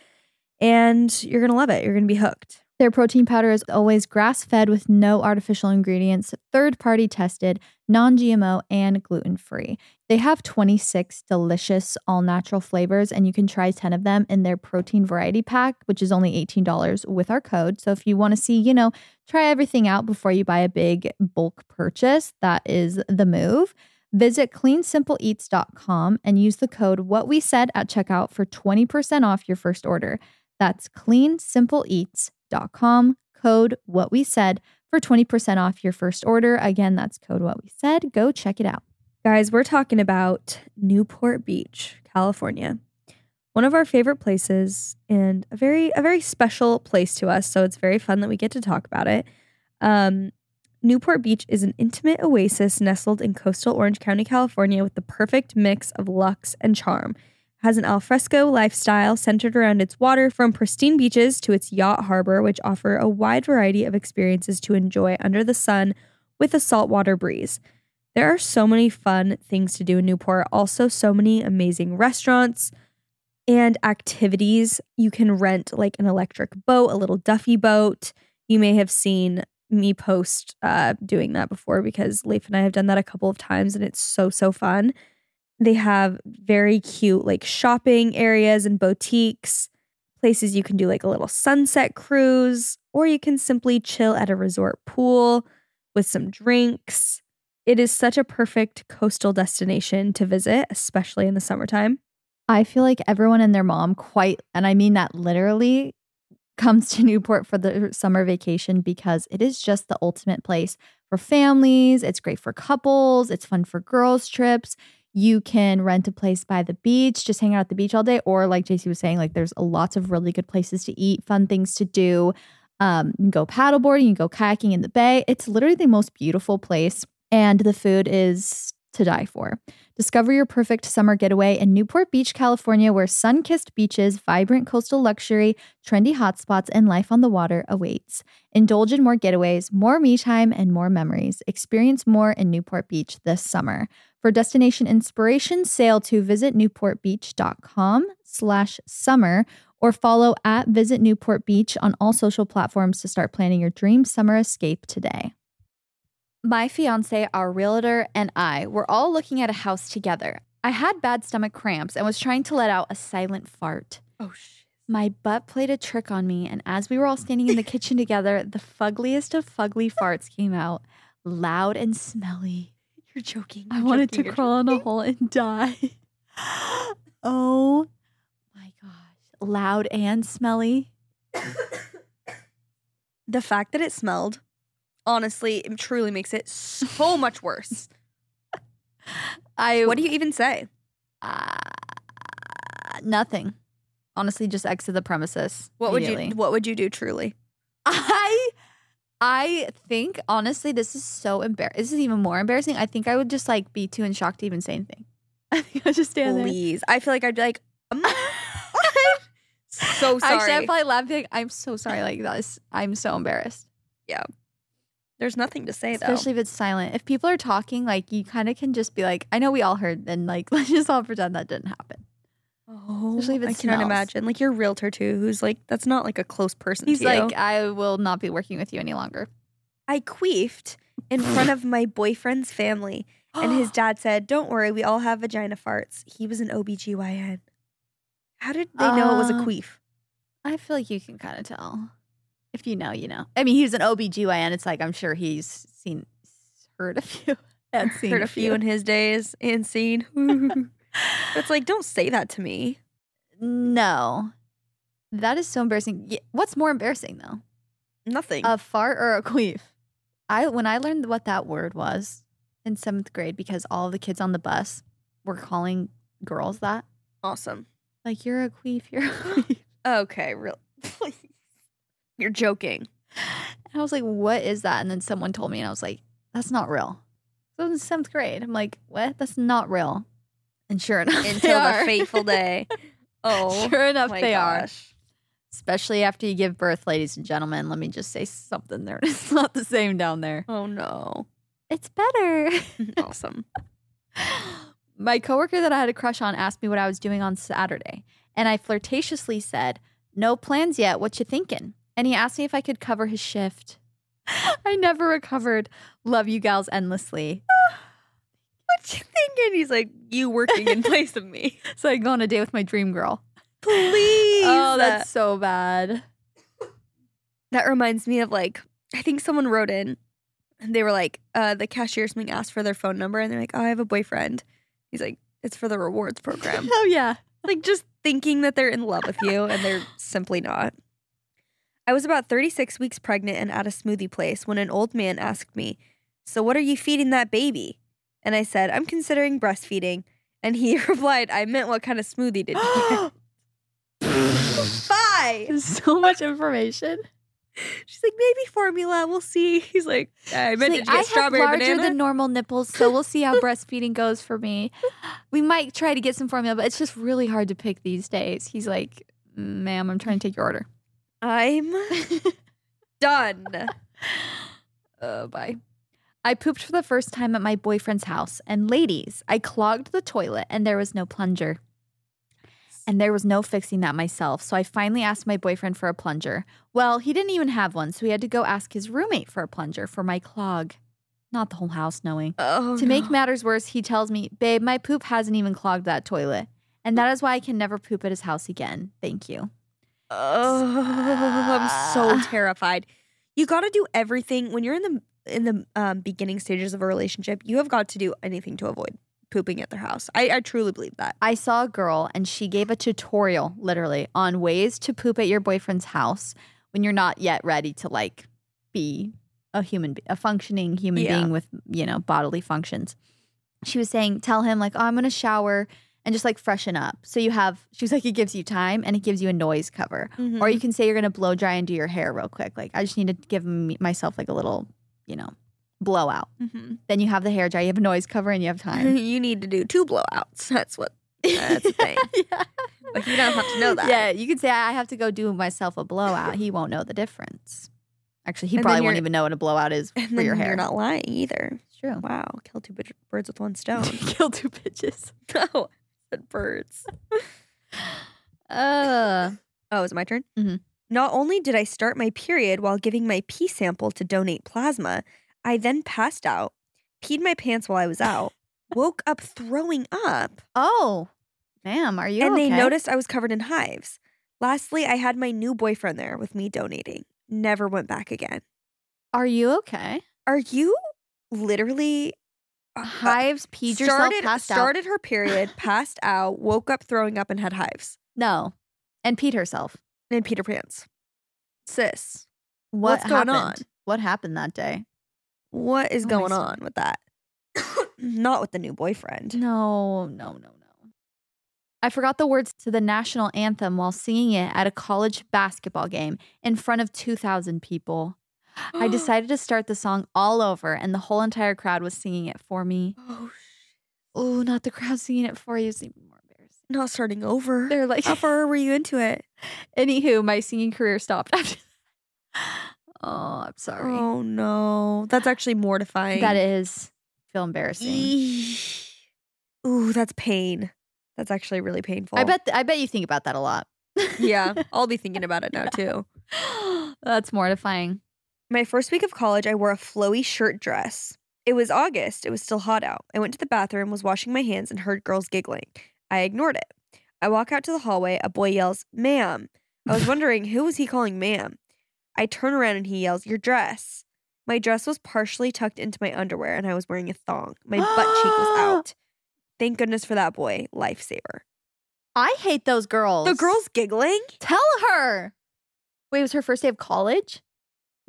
Speaker 3: And you're going to love it. You're going to be hooked.
Speaker 2: Their protein powder is always grass fed with no artificial ingredients, third party tested, non GMO, and gluten free. They have 26 delicious all natural flavors, and you can try 10 of them in their protein variety pack, which is only $18 with our code. So if you want to see, you know, try everything out before you buy a big bulk purchase, that is the move. Visit cleansimpleeats.com and use the code what we said at checkout for 20% off your first order. That's cleansimpleeats.com dot com code what we said for 20% off your first order again that's code what we said go check it out
Speaker 3: Guys, we're talking about Newport Beach, California. One of our favorite places and a very a very special place to us, so it's very fun that we get to talk about it. Um Newport Beach is an intimate oasis nestled in coastal Orange County, California with the perfect mix of luxe and charm. It has an alfresco lifestyle centered around its water from pristine beaches to its yacht harbor which offer a wide variety of experiences to enjoy under the sun with a saltwater breeze. There are so many fun things to do in Newport, also, so many amazing restaurants and activities. You can rent like an electric boat, a little Duffy boat. You may have seen me post uh, doing that before because Leif and I have done that a couple of times and it's so, so fun. They have very cute like shopping areas and boutiques, places you can do like a little sunset cruise, or you can simply chill at a resort pool with some drinks. It is such a perfect coastal destination to visit, especially in the summertime.
Speaker 2: i feel like everyone and their mom quite and i mean that literally comes to newport for the uh, summer vacation because it is just the ultimate place for families it's great for couples it's fun for girls trips you can rent a place by the beach just hang out at the beach all day or like jc was saying like there's lots of really good places to eat fun things to do um, you can go paddleboarding you can go kayaking in the bay it's literally the most beautiful place and the food is to die for. Discover your perfect summer getaway in Newport Beach, California, where sun kissed beaches, vibrant coastal luxury, trendy hotspots, and life on the water awaits. Indulge in more getaways, more me time, and more memories. Experience more in Newport Beach this summer. For destination inspiration, sail to visitnewportbeach.com slash summer or follow at Visit Newport Beach on all social platforms to start planning your dream summer escape today. My fiance, our realtor, and I were all looking at a house together. I had bad stomach cramps and was trying to let out a silent fart.
Speaker 3: Oh shit.
Speaker 2: My butt played a trick on me, and as we were all standing in the kitchen together, the fuggliest of fugly farts came out, loud and smelly.
Speaker 3: You're joking.
Speaker 2: I wanted to crawl in a hole and die. oh my gosh. Loud and smelly.
Speaker 3: The fact that it smelled, honestly, it truly makes it so much worse.
Speaker 2: I
Speaker 3: what do you even say?
Speaker 2: Uh, nothing. Honestly, just exit the premises.
Speaker 3: What would you
Speaker 2: immediately.
Speaker 3: what would you do truly?
Speaker 2: I I think honestly, this is so embarrassing. This is even more embarrassing. I think I would just like be too in shock to even say anything. I think I just stand
Speaker 3: Please. I feel like I'd be like, um,
Speaker 2: there.
Speaker 3: so
Speaker 2: Actually,
Speaker 3: sorry.
Speaker 2: I'd probably laugh. and be Like, I'm so sorry. Like this, I'm so embarrassed.
Speaker 3: There's nothing to say though.
Speaker 2: Especially if it's silent. If people are talking, like you kind of can just be like, I know we all heard, then like let's just all pretend that didn't happen.
Speaker 3: Oh,
Speaker 2: especially if it
Speaker 3: I cannot
Speaker 2: smells.
Speaker 3: imagine. Like your realtor too, who's like that's not like a close person.
Speaker 2: He's
Speaker 3: to you.
Speaker 2: like, I will not be working with you any longer.
Speaker 3: I queefed in front of my boyfriend's family. And his dad said, Don't worry, we all have vagina farts. He was an OBGYN. How did they know it was a
Speaker 2: Uh,
Speaker 3: queef?
Speaker 2: I feel like you can kind of tell. If you know, you know. I mean, he's an OBGYN. It's like I'm sure he's seen heard a few. had seen
Speaker 3: Heard a few in his days and seen. But it's like, don't say that to me.
Speaker 2: no. That is so embarrassing. Y- What's more embarrassing though?
Speaker 3: Nothing.
Speaker 2: A fart or a queef? I when I learned what that word was in 7th grade because all the kids on the bus were calling girls that.
Speaker 3: awesome.
Speaker 2: Like you're a queef, you're a queef.
Speaker 3: Okay, real. Please. You're joking.
Speaker 2: And I was like, what is that? And then someone told me, and I was like, that's not real. So in seventh grade, I'm like, what? That's not real. And sure enough, they
Speaker 3: Until the
Speaker 2: are.
Speaker 3: fateful day. Oh,
Speaker 2: sure enough,
Speaker 3: my
Speaker 2: they are.
Speaker 3: gosh.
Speaker 2: Especially after you give birth, ladies and gentlemen. Let me just say something there. It's not the same down there.
Speaker 3: Oh no.
Speaker 2: It's better.
Speaker 3: Oh. awesome.
Speaker 2: My coworker that I had a crush on asked me what I was doing on Saturday, and I flirtatiously said, "No plans yet. What you thinking?" And he asked me if I could cover his shift. I never recovered. Love you gals endlessly.
Speaker 3: What you thinking? He's like, you working in place of me.
Speaker 2: So I go on a date with my dream girl.
Speaker 3: Please.
Speaker 2: Oh, that's so bad.
Speaker 3: that reminds me of like I think someone wrote in and they were like, uh, the cashier or something asked for their phone number and they're like, Oh, I have a boyfriend. He's like, It's for the rewards program.
Speaker 2: Oh yeah.
Speaker 3: like just thinking that they're in love with you and they're simply not. I was about 36 weeks pregnant and at a smoothie place when an old man asked me, So what are you feeding that baby? And I said, I'm considering breastfeeding. And he replied, I meant what kind of smoothie did you get? Bye.
Speaker 2: so much information.
Speaker 3: She's like, maybe formula. We'll see. He's like, I
Speaker 2: She's
Speaker 3: meant
Speaker 2: like,
Speaker 3: did you get strawberry
Speaker 2: I have larger
Speaker 3: banana?
Speaker 2: than normal nipples, so we'll see how breastfeeding goes for me. We might try to get some formula, but it's just really hard to pick these days. He's like, "Mm, "Ma'am, I'm trying to take your order."
Speaker 3: I'm done.
Speaker 2: Uh, bye. I pooped for the first time at my boyfriend's house, and ladies, I clogged the toilet, and there was no plunger. And there was no fixing that myself, so I finally asked my boyfriend for a plunger. Well, he didn't even have one, so he had to go ask his roommate for a plunger for my clog. Not the whole house knowing.
Speaker 3: Oh,
Speaker 2: To make matters worse, he tells me, Babe, my poop hasn't even clogged that toilet. And that is why I can never poop at his house again. Thank you.
Speaker 3: oh, I'm so terrified. You got to do everything when you're in the in the um, beginning stages of a relationship. You have got to do anything to avoid pooping at their house. I, I truly believe that.
Speaker 2: I saw a girl and she gave a tutorial, literally, on ways to poop at your boyfriend's house when you're not yet ready to like be a human, be- a functioning human
Speaker 3: Yeah.
Speaker 2: being with, you know, bodily functions. She was saying, tell him, like, oh, I'm going to shower and just like freshen up. So you have, she was like, it gives you time and it gives you a noise cover.
Speaker 3: Mm-hmm,
Speaker 2: Or you can say you're gonna blow dry and do your hair real quick. Like I just need to give me, myself like a little, you know, blowout.
Speaker 3: Mhm.
Speaker 2: Then you have the hair dry, you have a noise cover, and you have time.
Speaker 3: you need to do two blowouts. That's what. That's the thing.
Speaker 2: yeah.
Speaker 3: But you don't have to know that.
Speaker 2: Yeah, you could say I have to go do myself a blowout. He won't know the difference. Actually, he
Speaker 3: And then
Speaker 2: probably won't
Speaker 3: you're-
Speaker 2: even know what a blowout is
Speaker 3: And
Speaker 2: for
Speaker 3: then
Speaker 2: your hair.
Speaker 3: you're not lying either.
Speaker 2: it's true.
Speaker 3: Wow, kill two bir- birds with one stone.
Speaker 2: Kill two bitches.
Speaker 3: no, I said birds.
Speaker 2: Uh,
Speaker 3: Oh, is it my turn?
Speaker 2: Mhm.
Speaker 3: Not only did I start my period while giving my pee sample to donate plasma, I then passed out, peed my pants while I was out, woke up throwing up,
Speaker 2: oh, ma'am, are you
Speaker 3: and they
Speaker 2: okay?
Speaker 3: noticed I was covered in hives. Lastly, I had my new boyfriend there with me donating. Never went back again.
Speaker 2: Are you okay?
Speaker 3: Are you literally uh, uh,
Speaker 2: Hives, peed yourself,
Speaker 3: started,
Speaker 2: passed out.
Speaker 3: started her period, passed out, woke up throwing up, and had hives
Speaker 2: No, and peed herself.
Speaker 3: and Peter Pants. Sis,
Speaker 2: What
Speaker 3: What's going
Speaker 2: happened?
Speaker 3: on?
Speaker 2: What happened that day?
Speaker 3: What is
Speaker 2: Oh, I
Speaker 3: going
Speaker 2: see.
Speaker 3: on with that? Not with the new boyfriend.
Speaker 2: No, no, no, no. I forgot the words to the national anthem while singing it at a college basketball game in front of 2,000 people. I decided to start the song all over, and the whole entire crowd was singing it for me.
Speaker 3: Oh,
Speaker 2: Oh, not the crowd singing it for you is even more embarrassing. Uh,
Speaker 3: not starting over.
Speaker 2: They're like,
Speaker 3: How far were you into it?
Speaker 2: anywho, my singing career stopped after that. Oh, I'm sorry.
Speaker 3: Oh no, that's actually mortifying.
Speaker 2: that is feel embarrassing.
Speaker 3: Eesh. Ooh, that's pain. That's actually really painful.
Speaker 2: I bet I bet you think about that a lot.
Speaker 3: yeah, I'll be thinking about it now too.
Speaker 2: That's mortifying.
Speaker 3: My first week of college, I wore a flowy shirt dress. It was August. It was still hot out. I went to the bathroom, was washing my hands, and heard girls giggling. I ignored it. I walk out to the hallway. A boy yells, Ma'am. I was wondering, who was he calling ma'am? I turn around and he yells, Your dress. My dress was partially tucked into my underwear, and I was wearing a thong. My butt cheek was out. Thank goodness for that boy. Lifesaver.
Speaker 2: I hate those girls.
Speaker 3: The girl's giggling?
Speaker 2: Tell her. Wait, it was her first day of college?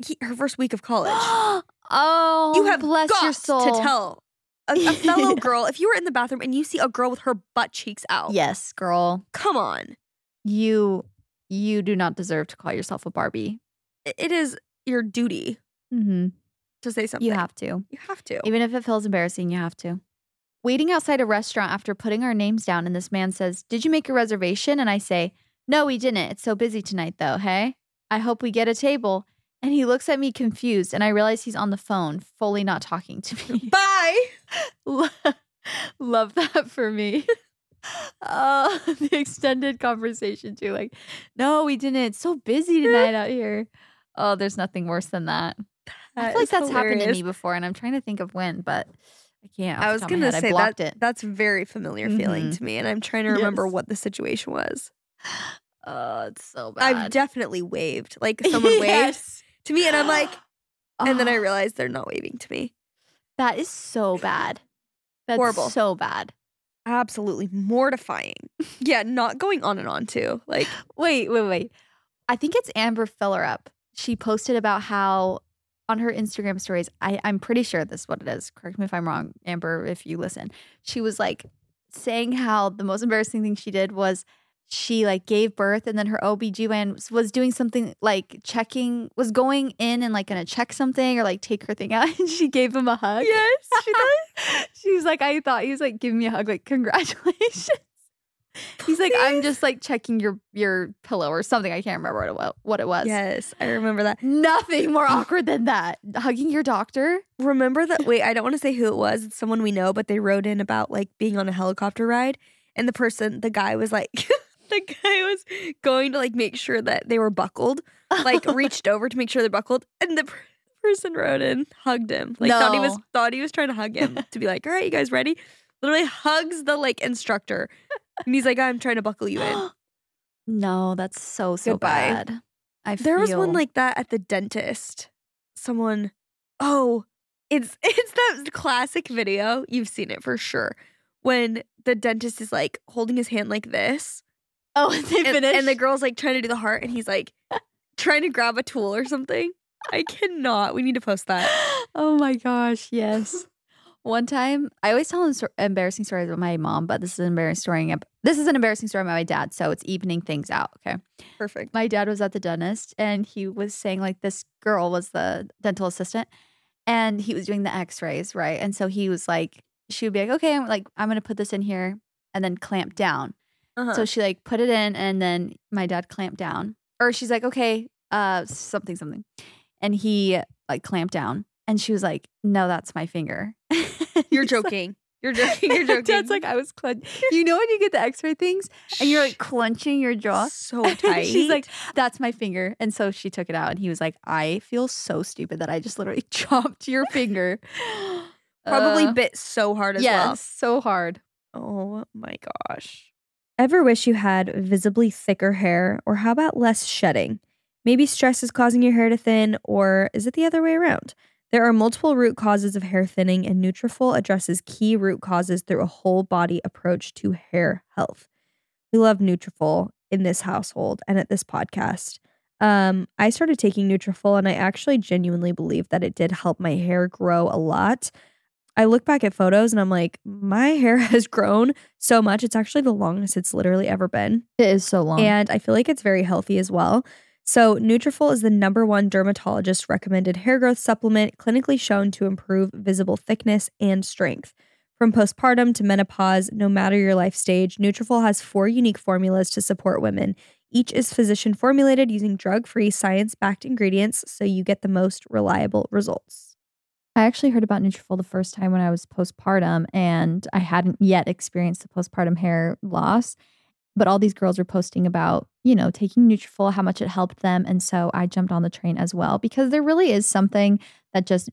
Speaker 3: He, her first week of college.
Speaker 2: oh,
Speaker 3: you have
Speaker 2: bless
Speaker 3: guts
Speaker 2: your soul.
Speaker 3: to tell a, a fellow
Speaker 2: Yeah.
Speaker 3: girl if you were in the bathroom and you see a girl with her butt cheeks out.
Speaker 2: Yes, girl.
Speaker 3: come on.
Speaker 2: You you do not deserve to call yourself a Barbie.
Speaker 3: I- It is your duty
Speaker 2: Mm-hmm.
Speaker 3: to say something.
Speaker 2: You have to.
Speaker 3: You have to.
Speaker 2: Even if it feels embarrassing, you have to. Waiting outside a restaurant after putting our names down, and this man says, Did you make a reservation? And I say, No, we didn't. It's so busy tonight, though. Hey, I hope we get a table. And he looks at me confused, and I realize he's on the phone, fully not talking to me.
Speaker 3: Bye.
Speaker 2: Lo- Love that for me. Uh, the extended conversation, too. Like, no, we didn't. It's so busy tonight out here. Oh, there's nothing worse than that. I
Speaker 3: That
Speaker 2: feel like
Speaker 3: is
Speaker 2: that's happened
Speaker 3: hilarious.
Speaker 2: to me before, and I'm trying to think of when, but I can't. off
Speaker 3: I
Speaker 2: the
Speaker 3: was
Speaker 2: top of my
Speaker 3: gonna
Speaker 2: head.
Speaker 3: say
Speaker 2: I
Speaker 3: that
Speaker 2: blocked it.
Speaker 3: that's very familiar feeling
Speaker 2: Mhm.
Speaker 3: to me, and I'm trying to remember
Speaker 2: Yes.
Speaker 3: what the situation was.
Speaker 2: Oh, it's so bad.
Speaker 3: I've definitely waved, like someone waved
Speaker 2: Yes.
Speaker 3: to me, and I'm like, and then I
Speaker 2: Oh,
Speaker 3: realized they're not waving to me.
Speaker 2: that is so bad. That's
Speaker 3: Horrible.
Speaker 2: So bad.
Speaker 3: Absolutely mortifying. yeah, not going on and on too. Like,
Speaker 2: Wait, wait, wait. I think it's Amber Fillerup. She posted about how on her Instagram stories, I, I'm pretty sure this is what it is. Correct me if I'm wrong, Amber, if you listen. She was like saying how the most embarrassing thing she did was she like gave birth and then her OBGYN was, was doing something like checking, was going in and like gonna check something or like take her thing out and she gave him a hug.
Speaker 3: yes, she does.
Speaker 2: She was like, I thought he was like giving me a hug, like congratulations. He's like, I'm just like checking your your pillow or something. I can't remember what it was. What it was.
Speaker 3: Yes, I remember that.
Speaker 2: Nothing more awkward than that. Hugging your doctor.
Speaker 3: Remember that? Wait, I don't want to say who it was. It's someone we know, but they wrote in about like being on a helicopter ride, and the person, the guy was like, the guy was going to like make sure that they were buckled, like reached over to make sure they're buckled, and the per- person wrote in, hugged him, like thought he was
Speaker 2: No.
Speaker 3: thought he was trying to hug him to be like, all right, you guys ready? Literally hugs the like instructor, and he's like, I'm trying to buckle you in.
Speaker 2: no, that's so so
Speaker 3: Goodbye.
Speaker 2: bad. I
Speaker 3: There was one
Speaker 2: feel-
Speaker 3: like that at the dentist. Someone, oh, it's it's that classic video. You've seen it for sure. When the dentist is like holding his hand like this,
Speaker 2: oh and they
Speaker 3: and,
Speaker 2: finished.
Speaker 3: and the girl's like trying to do the heart, and he's like trying to grab a tool or something. I cannot. We need to post that.
Speaker 2: oh my gosh, yes. One time, I always tell em- embarrassing stories about my mom, but this is an embarrassing story. ab- This is an embarrassing story about my dad, so it's evening things out. Okay.
Speaker 3: Perfect.
Speaker 2: my dad was at the dentist and he was saying like this girl was the dental assistant and he was doing the x-rays right and so he was like she would be like okay i'm like i'm gonna put this in here and then clamp down
Speaker 3: Uh-huh.
Speaker 2: so she like put it in and then my dad clamped down or she's like okay uh something something and he like clamped down and she was like no that's my finger
Speaker 3: you're
Speaker 2: He's like-
Speaker 3: joking. You're joking. You're joking.
Speaker 2: dad's like i was clen- you know when you get the x-ray things and you're like clenching your jaw
Speaker 3: so
Speaker 2: And
Speaker 3: tight.
Speaker 2: She's like, that's my finger. And so she took it out and he was like, I feel so stupid that I just literally chopped your finger.
Speaker 3: probably
Speaker 2: Uh,
Speaker 3: bit so hard as
Speaker 2: yes,
Speaker 3: well.
Speaker 2: so hard.
Speaker 3: Oh my gosh. Ever wish you had visibly thicker hair, or how about less shedding? Maybe stress is causing your hair to thin, or is it the other way around? There are multiple root causes of hair thinning, and Nutrafol addresses key root causes through a whole body approach to hair health. We love Nutrafol in this household and at this podcast. Um, I started taking Nutrafol, and I actually genuinely believe that it did help my hair grow a lot. I look back at photos and I'm like, my hair has grown so much. It's actually the longest it's literally ever been.
Speaker 2: It is so long.
Speaker 3: And I feel like it's very healthy as well. So, Nutrafol is the number one dermatologist recommended hair growth supplement, clinically shown to improve visible thickness and strength. From postpartum to menopause, no matter your life stage, Nutrafol has four unique formulas to support women. Each is physician formulated using drug-free, science-backed ingredients, so you get the most reliable results.
Speaker 2: I actually heard about Nutrafol the first time when I was postpartum, and I hadn't yet experienced the postpartum hair loss. But all these girls were posting about, you know, taking Nutrafol, how much it helped them, and so I jumped on the train as well because there really is something that just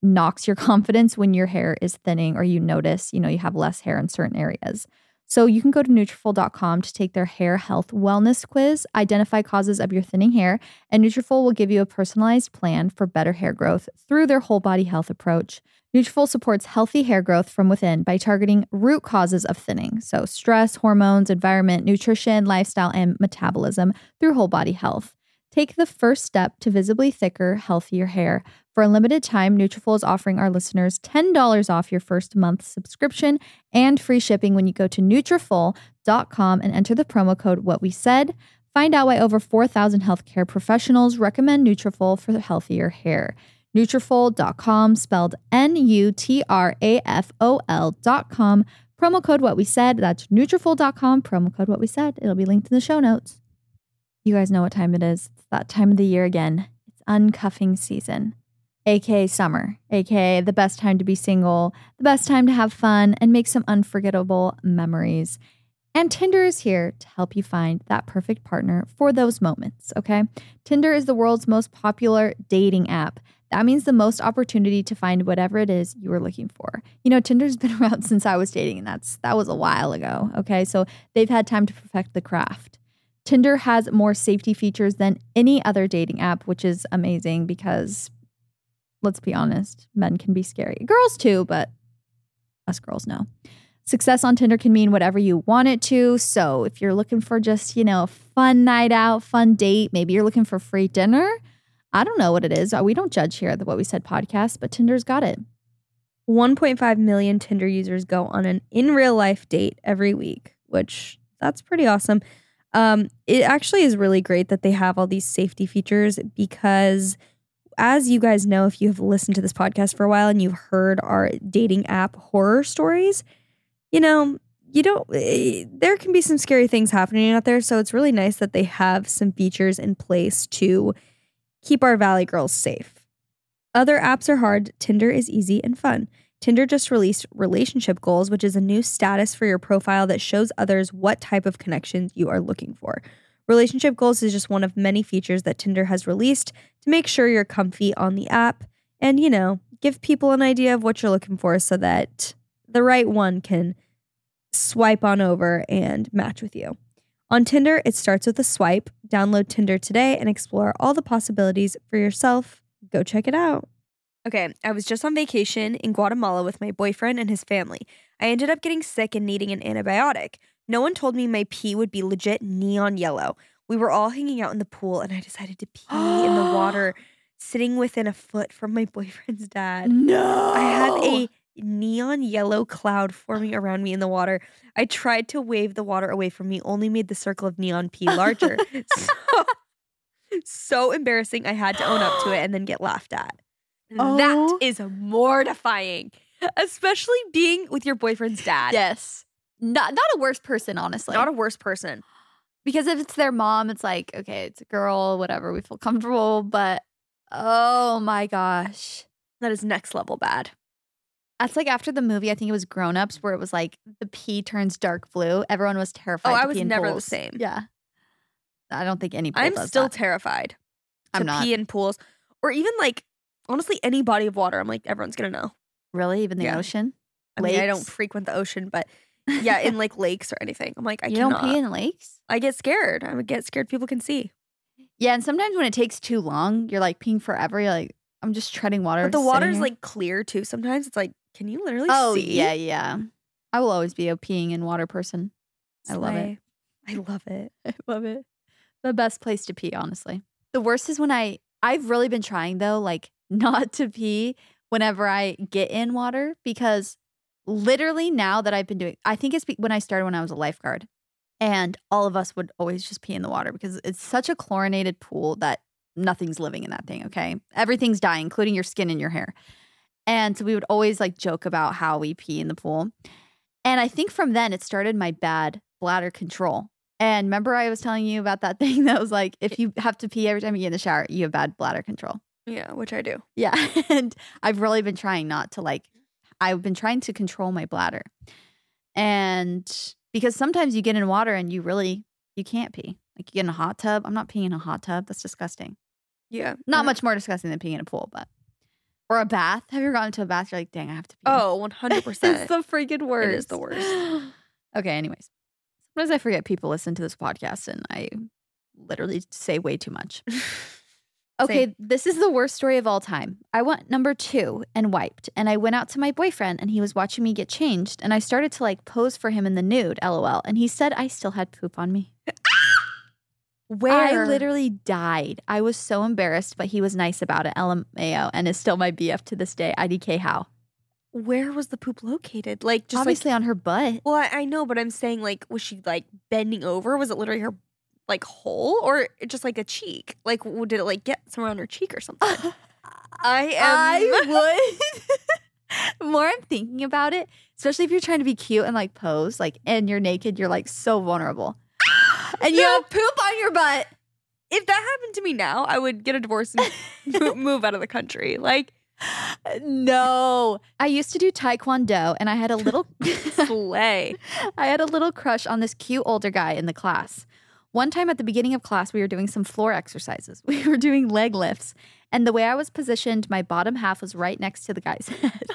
Speaker 2: knocks your confidence when your hair is thinning or you notice, you know, you have less hair in certain areas. So you can go to Nutrafol.com to take their hair health wellness quiz, identify causes of your thinning hair, and Nutrafol will give you a personalized plan for better hair growth through their whole body health approach. Nutrafol supports healthy hair growth from within by targeting root causes of thinning, so stress, hormones, environment, nutrition, lifestyle, and metabolism through whole body health. Take the first step to visibly thicker, healthier hair. For a limited time, Nutrafol is offering our listeners $10 off your first month subscription and free shipping when you go to Nutrafol.com and enter the promo code What We Said. Find out why over 4,000 healthcare professionals recommend Nutrafol for healthier hair. Nutrafol.com, spelled N-U-T-R-A-F-O-L.com. Promo code what we said. That's Nutrafol.com. Promo code what we said. It'll be linked in the show notes. You guys know what time it is. It's that time of the year again. It's uncuffing season, aka summer, aka the best time to be single, the best time to have fun and make some unforgettable memories. And Tinder is here to help you find that perfect partner for those moments, okay? Tinder is the world's most popular dating app. That means the most opportunity to find whatever it is you are looking for. You know, Tinder's been around since I was dating, and that's that was a while ago, okay? So they've had time to perfect the craft. Tinder has more safety features than any other dating app, which is amazing because let's be honest, men can be scary. Girls too, but us girls know. Success on Tinder can mean whatever you want it to. So if you're looking for just, you know, fun night out, fun date, maybe you're looking for free dinner. I don't know what it is. We don't judge here at the What We Said podcast, but Tinder's got it.
Speaker 3: 1.5 million Tinder users go on an in real life date every week, which that's pretty awesome. Um, it actually is really great that they have all these safety features because, as you guys know, if you have listened to this podcast for a while and you've heard our dating app horror stories, you know, you don't, eh, there can be some scary things happening out there. So it's really nice that they have some features in place to keep our Valley girls safe. Other apps are hard, Tinder is easy and fun. Tinder just released Relationship Goals, which is a new status for your profile that shows others what type of connections you are looking for. Relationship Goals is just one of many features that Tinder has released to make sure you're comfy on the app and, you know, give people an idea of what you're looking for so that the right one can swipe on over and match with you. On Tinder, it starts with a swipe. Download Tinder today and explore all the possibilities for yourself. Go check it out. Okay, I was just on vacation in Guatemala with my boyfriend and his family. I ended up getting sick and needing an antibiotic. No one told me my pee would be legit neon yellow. We were all hanging out in the pool and I decided to pee in the water, sitting within a foot from my boyfriend's dad.
Speaker 1: No.
Speaker 3: I had a neon yellow cloud forming around me in the water. I tried to wave the water away from me, only made the circle of neon pee larger. so, so embarrassing. I had to own up to it and then get laughed at.
Speaker 4: Oh.
Speaker 3: That is mortifying, especially being with your boyfriend's dad.
Speaker 2: Yes. Not not a worse person, honestly.
Speaker 3: Not a worse person.
Speaker 2: because if it's their mom, it's like, okay, it's a girl, whatever, we feel comfortable, but oh my gosh.
Speaker 3: That is next level bad.
Speaker 2: That's like after the movie, I think it was Grown Ups, where it was like the pee turns dark blue. Everyone was terrified.
Speaker 3: Oh, I
Speaker 2: to
Speaker 3: was
Speaker 2: pee in
Speaker 3: never the
Speaker 2: pools.
Speaker 3: same.
Speaker 2: Yeah. I don't think any pool
Speaker 3: I'm
Speaker 2: does
Speaker 3: still
Speaker 2: that.
Speaker 3: terrified to
Speaker 2: I'm not.
Speaker 3: pee in pools or even like honestly any body of water. I'm like everyone's gonna know.
Speaker 2: Really? Even the
Speaker 3: Yeah.
Speaker 2: ocean?
Speaker 3: I mean, I don't
Speaker 2: Lakes?
Speaker 3: frequent the ocean, but yeah, in like lakes or anything. I'm like, I
Speaker 2: you
Speaker 3: cannot.
Speaker 2: don't pee in lakes?
Speaker 3: I get scared. I would get scared. People can see.
Speaker 2: Yeah, and sometimes when it takes too long, you're like peeing forever. You're like, I'm just treading water.
Speaker 3: But the
Speaker 2: sitting
Speaker 3: water's
Speaker 2: here.
Speaker 3: like clear too. Sometimes it's like, can you literally
Speaker 2: oh
Speaker 3: see?
Speaker 2: yeah, yeah. I will always be a peeing in water person. I love it.
Speaker 3: I love it.
Speaker 2: I love it. The best place to pee, honestly. The worst is when I I've really been trying though, like not to pee whenever I get in water because literally now that I've been doing, I think it's be- when I started when I was a lifeguard, and all of us would always just pee in the water because it's such a chlorinated pool that nothing's living in that thing. Okay, everything's dying, including your skin and your hair. And so we would always like joke about how we pee in the pool. And I think from then it started my bad bladder control. And remember, I was telling you about that thing that was like, if you have to pee every time you get in the shower, you have bad bladder control.
Speaker 3: Yeah, which I do.
Speaker 2: Yeah. And I've really been trying not to like, I've been trying to control my bladder. And because sometimes you get in water and you really, you can't pee. Like you get in a hot tub. I'm not peeing in a hot tub. That's disgusting.
Speaker 3: Yeah.
Speaker 2: Not
Speaker 3: Uh,
Speaker 2: much more disgusting than peeing in a pool, but, or a bath. Have you ever gone into a bath? You're like, dang, I have to pee.
Speaker 3: Oh, 100%.
Speaker 2: It's the freaking worst.
Speaker 3: is the worst.
Speaker 2: okay, anyways. Sometimes I forget people listen to this podcast and I literally say way too much. Okay, this is the worst story of all time. I went number two and wiped, and I went out to my boyfriend and he was watching me get changed, and I started to like pose for him in the nude, lol. And he said I still had poop on me.
Speaker 3: Where?
Speaker 2: I literally died. I was so embarrassed, but he was nice about it, LMAO, and is still my BF to this day, IDK how.
Speaker 3: Where was the poop located? Like, just like-
Speaker 2: Obviously on her butt.
Speaker 3: well, I, I know, but I'm saying, like, was she like bending over? Was it literally her like whole or just like a cheek? Like, w- did it like get somewhere on her cheek or something? I
Speaker 2: I would. More I'm thinking about it, especially if you're trying to be cute and like pose, like, and you're naked, you're like so vulnerable. and you
Speaker 3: No.
Speaker 2: have poop on your butt.
Speaker 3: if that happened to me now, I would get a divorce and mo- move out of the country. Like,
Speaker 2: No. I used to do taekwondo and I had a little
Speaker 3: slay.
Speaker 2: I had a little crush on this cute older guy in the class. One time at the beginning of class, we were doing some floor exercises. We were doing leg lifts, and the way I was positioned, my bottom half was right next to the guy's head.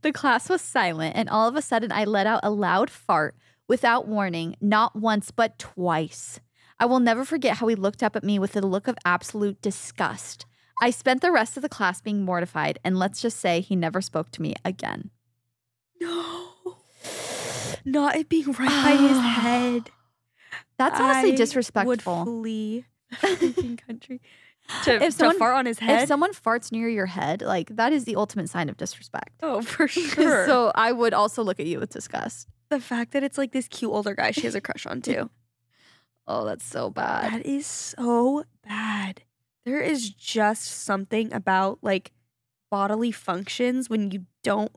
Speaker 2: the class was silent, and all of a sudden, I let out a loud fart without warning, not once, but twice. I will never forget how he looked up at me with a look of absolute disgust. I spent the rest of the class being mortified, and let's just say he never spoke to me again.
Speaker 3: No. Not it being right by his head.
Speaker 2: That's honestly
Speaker 3: I
Speaker 2: disrespectful.
Speaker 3: Would flee the freaking country. To,
Speaker 2: If
Speaker 3: if
Speaker 2: someone-
Speaker 3: to fart on his
Speaker 2: If
Speaker 3: head?
Speaker 2: someone farts near your head, like that is the ultimate sign of disrespect.
Speaker 3: oh, for sure. so
Speaker 2: so I would also look at you with disgust.
Speaker 3: the fact that it's like this cute older guy she has a crush on too.
Speaker 2: Oh, that's so bad.
Speaker 3: That is so bad. There is just something about like bodily functions when you don't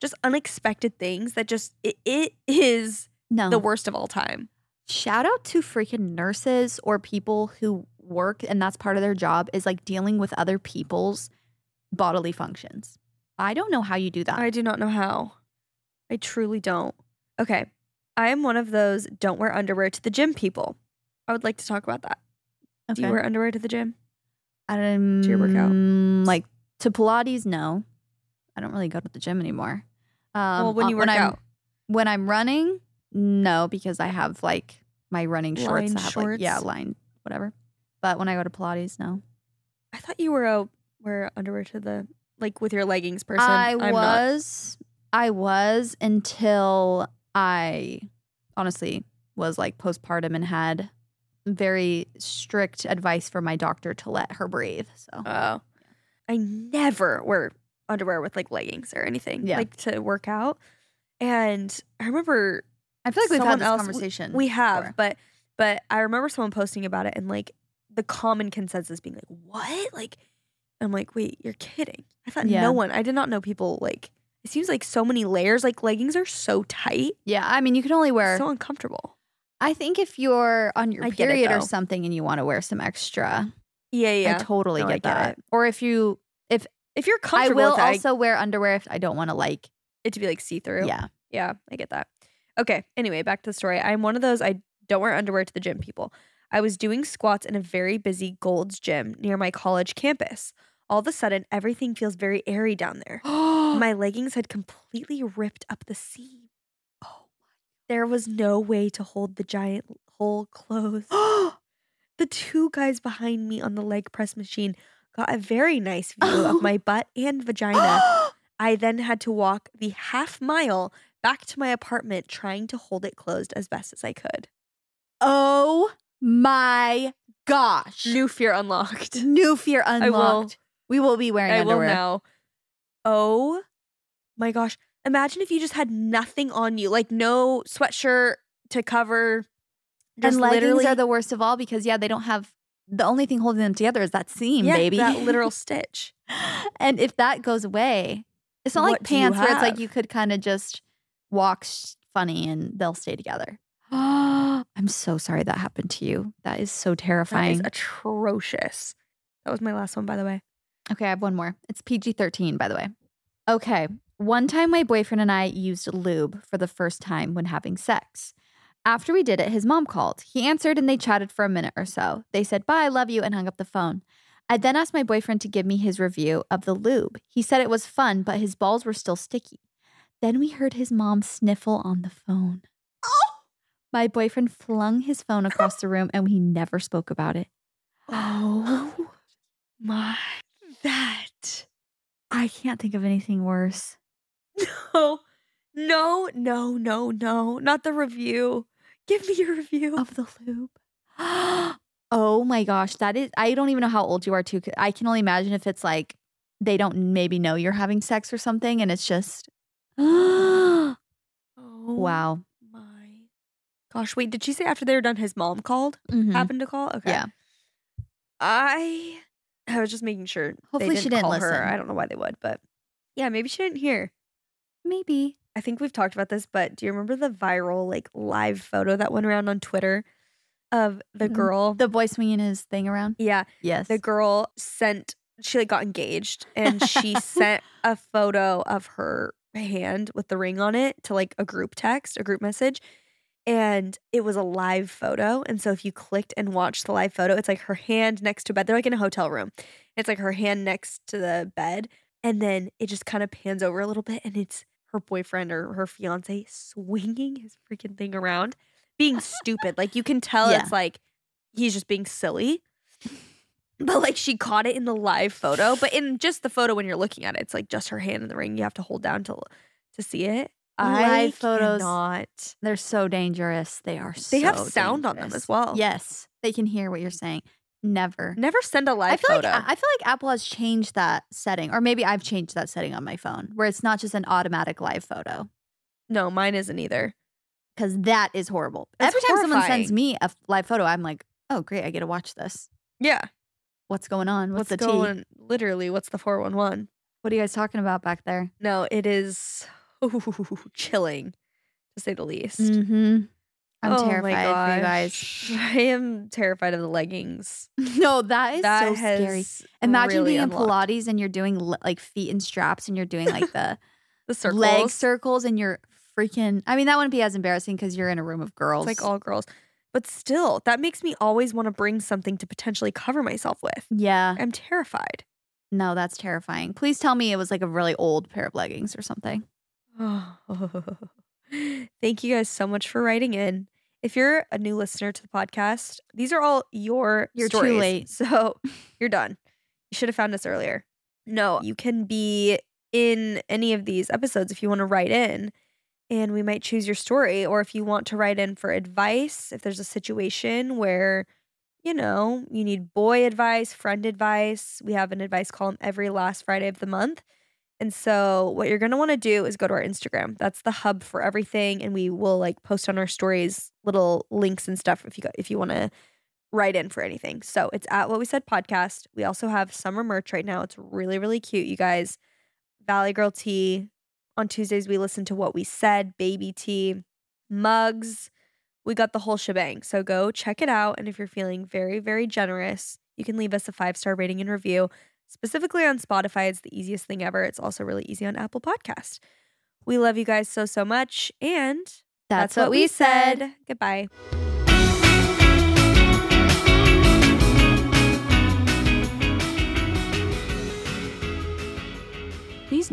Speaker 3: just unexpected things that just it, it is
Speaker 2: No.
Speaker 3: the worst of all time.
Speaker 2: Shout out to freaking nurses or people who work and that's part of their job is like dealing with other people's bodily functions. I don't know how you do that.
Speaker 3: I do not know how. I truly don't. Okay. I am one of those don't wear underwear to the gym people. I would like to talk about that. Do you
Speaker 2: Okay.
Speaker 3: wear underwear to the gym?
Speaker 2: um,
Speaker 3: your workout?
Speaker 2: Like to Pilates, no. I don't really go to the gym anymore. Um,
Speaker 3: well, when
Speaker 2: uh,
Speaker 3: you work
Speaker 2: I'm-
Speaker 3: out,
Speaker 2: when I'm running, no, because I have like my running shorts.
Speaker 3: Lined
Speaker 2: that have, like- yeah,
Speaker 3: shorts?
Speaker 2: lined, whatever. But when I go to Pilates, no.
Speaker 3: I thought you were a wear underwear to the like with your leggings person.
Speaker 2: I
Speaker 3: I'm not.
Speaker 2: was, I was until I honestly was like postpartum and had very strict advice from my doctor to let her breathe. So
Speaker 3: Oh. I never wear underwear with like leggings or anything.
Speaker 2: Yeah.
Speaker 3: Like to work out. And I remember
Speaker 2: I feel like we've had
Speaker 3: someone
Speaker 2: this
Speaker 3: else-
Speaker 2: conversation.
Speaker 3: we have,
Speaker 2: before.
Speaker 3: but but I remember someone posting about it and like the common consensus being like, What? Like I'm like, wait, you're kidding. I thought
Speaker 2: Yeah.
Speaker 3: no one I did not know people like it seems like so many layers, like leggings are so tight.
Speaker 2: yeah, I mean, you can only wear.
Speaker 3: So uncomfortable.
Speaker 2: I think if you're on your
Speaker 3: I get it,
Speaker 2: period or
Speaker 3: though.
Speaker 2: something and you want to wear some extra,
Speaker 3: Yeah,
Speaker 2: I
Speaker 3: yeah.
Speaker 2: totally
Speaker 3: No, I
Speaker 2: get
Speaker 3: get
Speaker 2: that. Or if you
Speaker 3: if you're
Speaker 2: I
Speaker 3: comfortable
Speaker 2: will
Speaker 3: with it, I-
Speaker 2: also wear underwear if I don't want to like.
Speaker 3: it to be like see through.
Speaker 2: Yeah.
Speaker 3: Yeah, I get that. Okay. Anyway, back to the story. I'm one of those I don't wear underwear to the gym people. I was doing squats in a very busy Gold's gym near my college campus. All of a sudden, everything feels very airy down there.
Speaker 2: My
Speaker 3: My leggings had completely ripped up the seam. Oh, there was no way to hold the giant hole closed. the two guys behind me on the leg press machine got a very nice view of my butt and vagina. I then had to walk the half mile back to my apartment trying to hold it closed as best as I could.
Speaker 2: oh my gosh.
Speaker 3: New fear unlocked.
Speaker 2: New fear
Speaker 3: will-
Speaker 2: unlocked. We will be wearing
Speaker 3: I will
Speaker 2: underwear.
Speaker 3: now. Oh my gosh. Imagine if you just had nothing on you, like no sweatshirt to cover. Just
Speaker 2: And leggings
Speaker 3: literally,
Speaker 2: are the worst of all because yeah, they don't have the only thing holding them together is that seam,
Speaker 3: yeah,
Speaker 2: baby.
Speaker 3: That literal stitch.
Speaker 2: and if that goes away, it's not like
Speaker 3: What do you
Speaker 2: pants where it's like
Speaker 3: have?
Speaker 2: you could kind of just walk sh- funny and they'll stay together. I'm so sorry that happened to you. That is so
Speaker 3: That
Speaker 2: terrifying.
Speaker 3: is atrocious. That was my last one, by the way.
Speaker 2: Okay, I have one more. It's PG 13, by the way. Okay. One time, my boyfriend and I used lube for the first time when having sex. After we did it, his mom called. He answered and they chatted for a minute or so. They said, Bye, I love you, and hung up the phone. I then asked my boyfriend to give me his review of the lube. He said it was fun, but his balls were still sticky. Then we heard his mom sniffle on the phone. Oh! My boyfriend flung his phone across the room and we never spoke about it.
Speaker 3: Oh my. That.
Speaker 2: I can't think of anything worse.
Speaker 3: No, Oh, no, no, no, no, not the review. Give me your review.
Speaker 2: of the lube. oh my gosh, that is I don't even know how old you are too. 'cause I can only imagine if it's like they don't maybe know you're having sex or something and it's just
Speaker 3: Oh
Speaker 2: wow.
Speaker 3: my Gosh, wait, did she say after they were done, his mom called?
Speaker 2: Mhm.
Speaker 3: Happened to call? Okay.
Speaker 2: Yeah.
Speaker 3: I I was just making sure. they
Speaker 2: Hopefully she didn't
Speaker 3: call
Speaker 2: listen.
Speaker 3: Her. I don't know why they would, but yeah, maybe she didn't hear.
Speaker 2: Maybe.
Speaker 3: I think we've talked about this, but do you remember the viral like live photo that went around on Twitter of the
Speaker 2: Mm,
Speaker 3: girl?
Speaker 2: The boy swinging his thing around.
Speaker 3: yeah,
Speaker 2: Yes.
Speaker 3: the girl sent. She like got engaged, and she sent a photo of her hand with the ring on it to like a group text, a group message. And it was a live photo. And so if you clicked and watched the live photo, it's like her hand next to bed. They're like in a hotel room. It's like her hand next to the bed. And then it just kind of pans over a little bit and it's her boyfriend or her fiance swinging his freaking thing around, being stupid. like you can tell
Speaker 2: Yeah.
Speaker 3: it's like he's just being silly. But like she caught it in the live photo, but in just the photo when you're looking at it, it's like just her hand in the ring. You have to hold down to to see it. I
Speaker 2: Live photos.
Speaker 3: cannot.
Speaker 2: They're so dangerous. They are so
Speaker 3: They have sound on them
Speaker 2: dangerous.
Speaker 3: as well.
Speaker 2: Yes. They can hear what you're saying. Never.
Speaker 3: Never send a live
Speaker 2: I feel
Speaker 3: photo.
Speaker 2: like I feel like Apple has changed that setting, or maybe I've changed that setting on my phone, where it's not just an automatic live photo,
Speaker 3: no, mine isn't either.
Speaker 2: because that is horrible.
Speaker 3: That's
Speaker 2: Every time someone sends
Speaker 3: horrifying.
Speaker 2: me a f- live photo, I'm like, oh great, I get to watch this.
Speaker 3: Yeah.
Speaker 2: What's going on? What's, the tea?
Speaker 3: going? Literally, what's the four one one?
Speaker 2: What are you guys talking about back there?
Speaker 3: No, it is chilling, to say the least.
Speaker 2: Mm-hmm. I'm
Speaker 3: Oh my
Speaker 2: terrified for you guys.
Speaker 3: gosh. I am terrified of the leggings.
Speaker 2: No, that is
Speaker 3: that
Speaker 2: so
Speaker 3: has
Speaker 2: scary. Imagine
Speaker 3: really
Speaker 2: being
Speaker 3: unlocked
Speaker 2: in Pilates and you're doing le- like feet and straps and you're doing like the
Speaker 3: the circles.
Speaker 2: leg circles and you're freaking. I mean, that wouldn't be as embarrassing because you're in a room of girls.
Speaker 3: It's like all girls. But still, that makes me always want to bring something to potentially cover myself with.
Speaker 2: yeah.
Speaker 3: I'm terrified.
Speaker 2: No, that's terrifying. Please tell me it was like a really old pair of leggings or something.
Speaker 3: Thank you guys so much for writing in. If you're a new listener to the podcast, these are all your
Speaker 2: You're too
Speaker 3: stories.
Speaker 2: late.
Speaker 3: So you're done. You should have found us earlier. No, you can be in any of these episodes if you want to write in and we might choose your story or if you want to write in for advice, if there's a situation where you know, you need boy advice, friend advice. We have an advice column every last Friday of the month. And so, what you're going to want to do is go to our Instagram. That's the hub for everything, and we will like post on our stories little links and stuff if you go, if you want to write in for anything. So it's at what we said podcast. We also have summer merch right now. It's really really cute, you guys. Valley Girl Tea. On Tuesdays we listen to what we said. Baby tea, mugs. We got the whole shebang. So go check it out. And if you're feeling very very generous, you can leave us a five star rating and review specifically on Spotify. It's the easiest thing ever. It's also really easy on Apple Podcast. We love you guys so, so much. And
Speaker 2: That's, what, we said.
Speaker 3: Goodbye.
Speaker 4: Please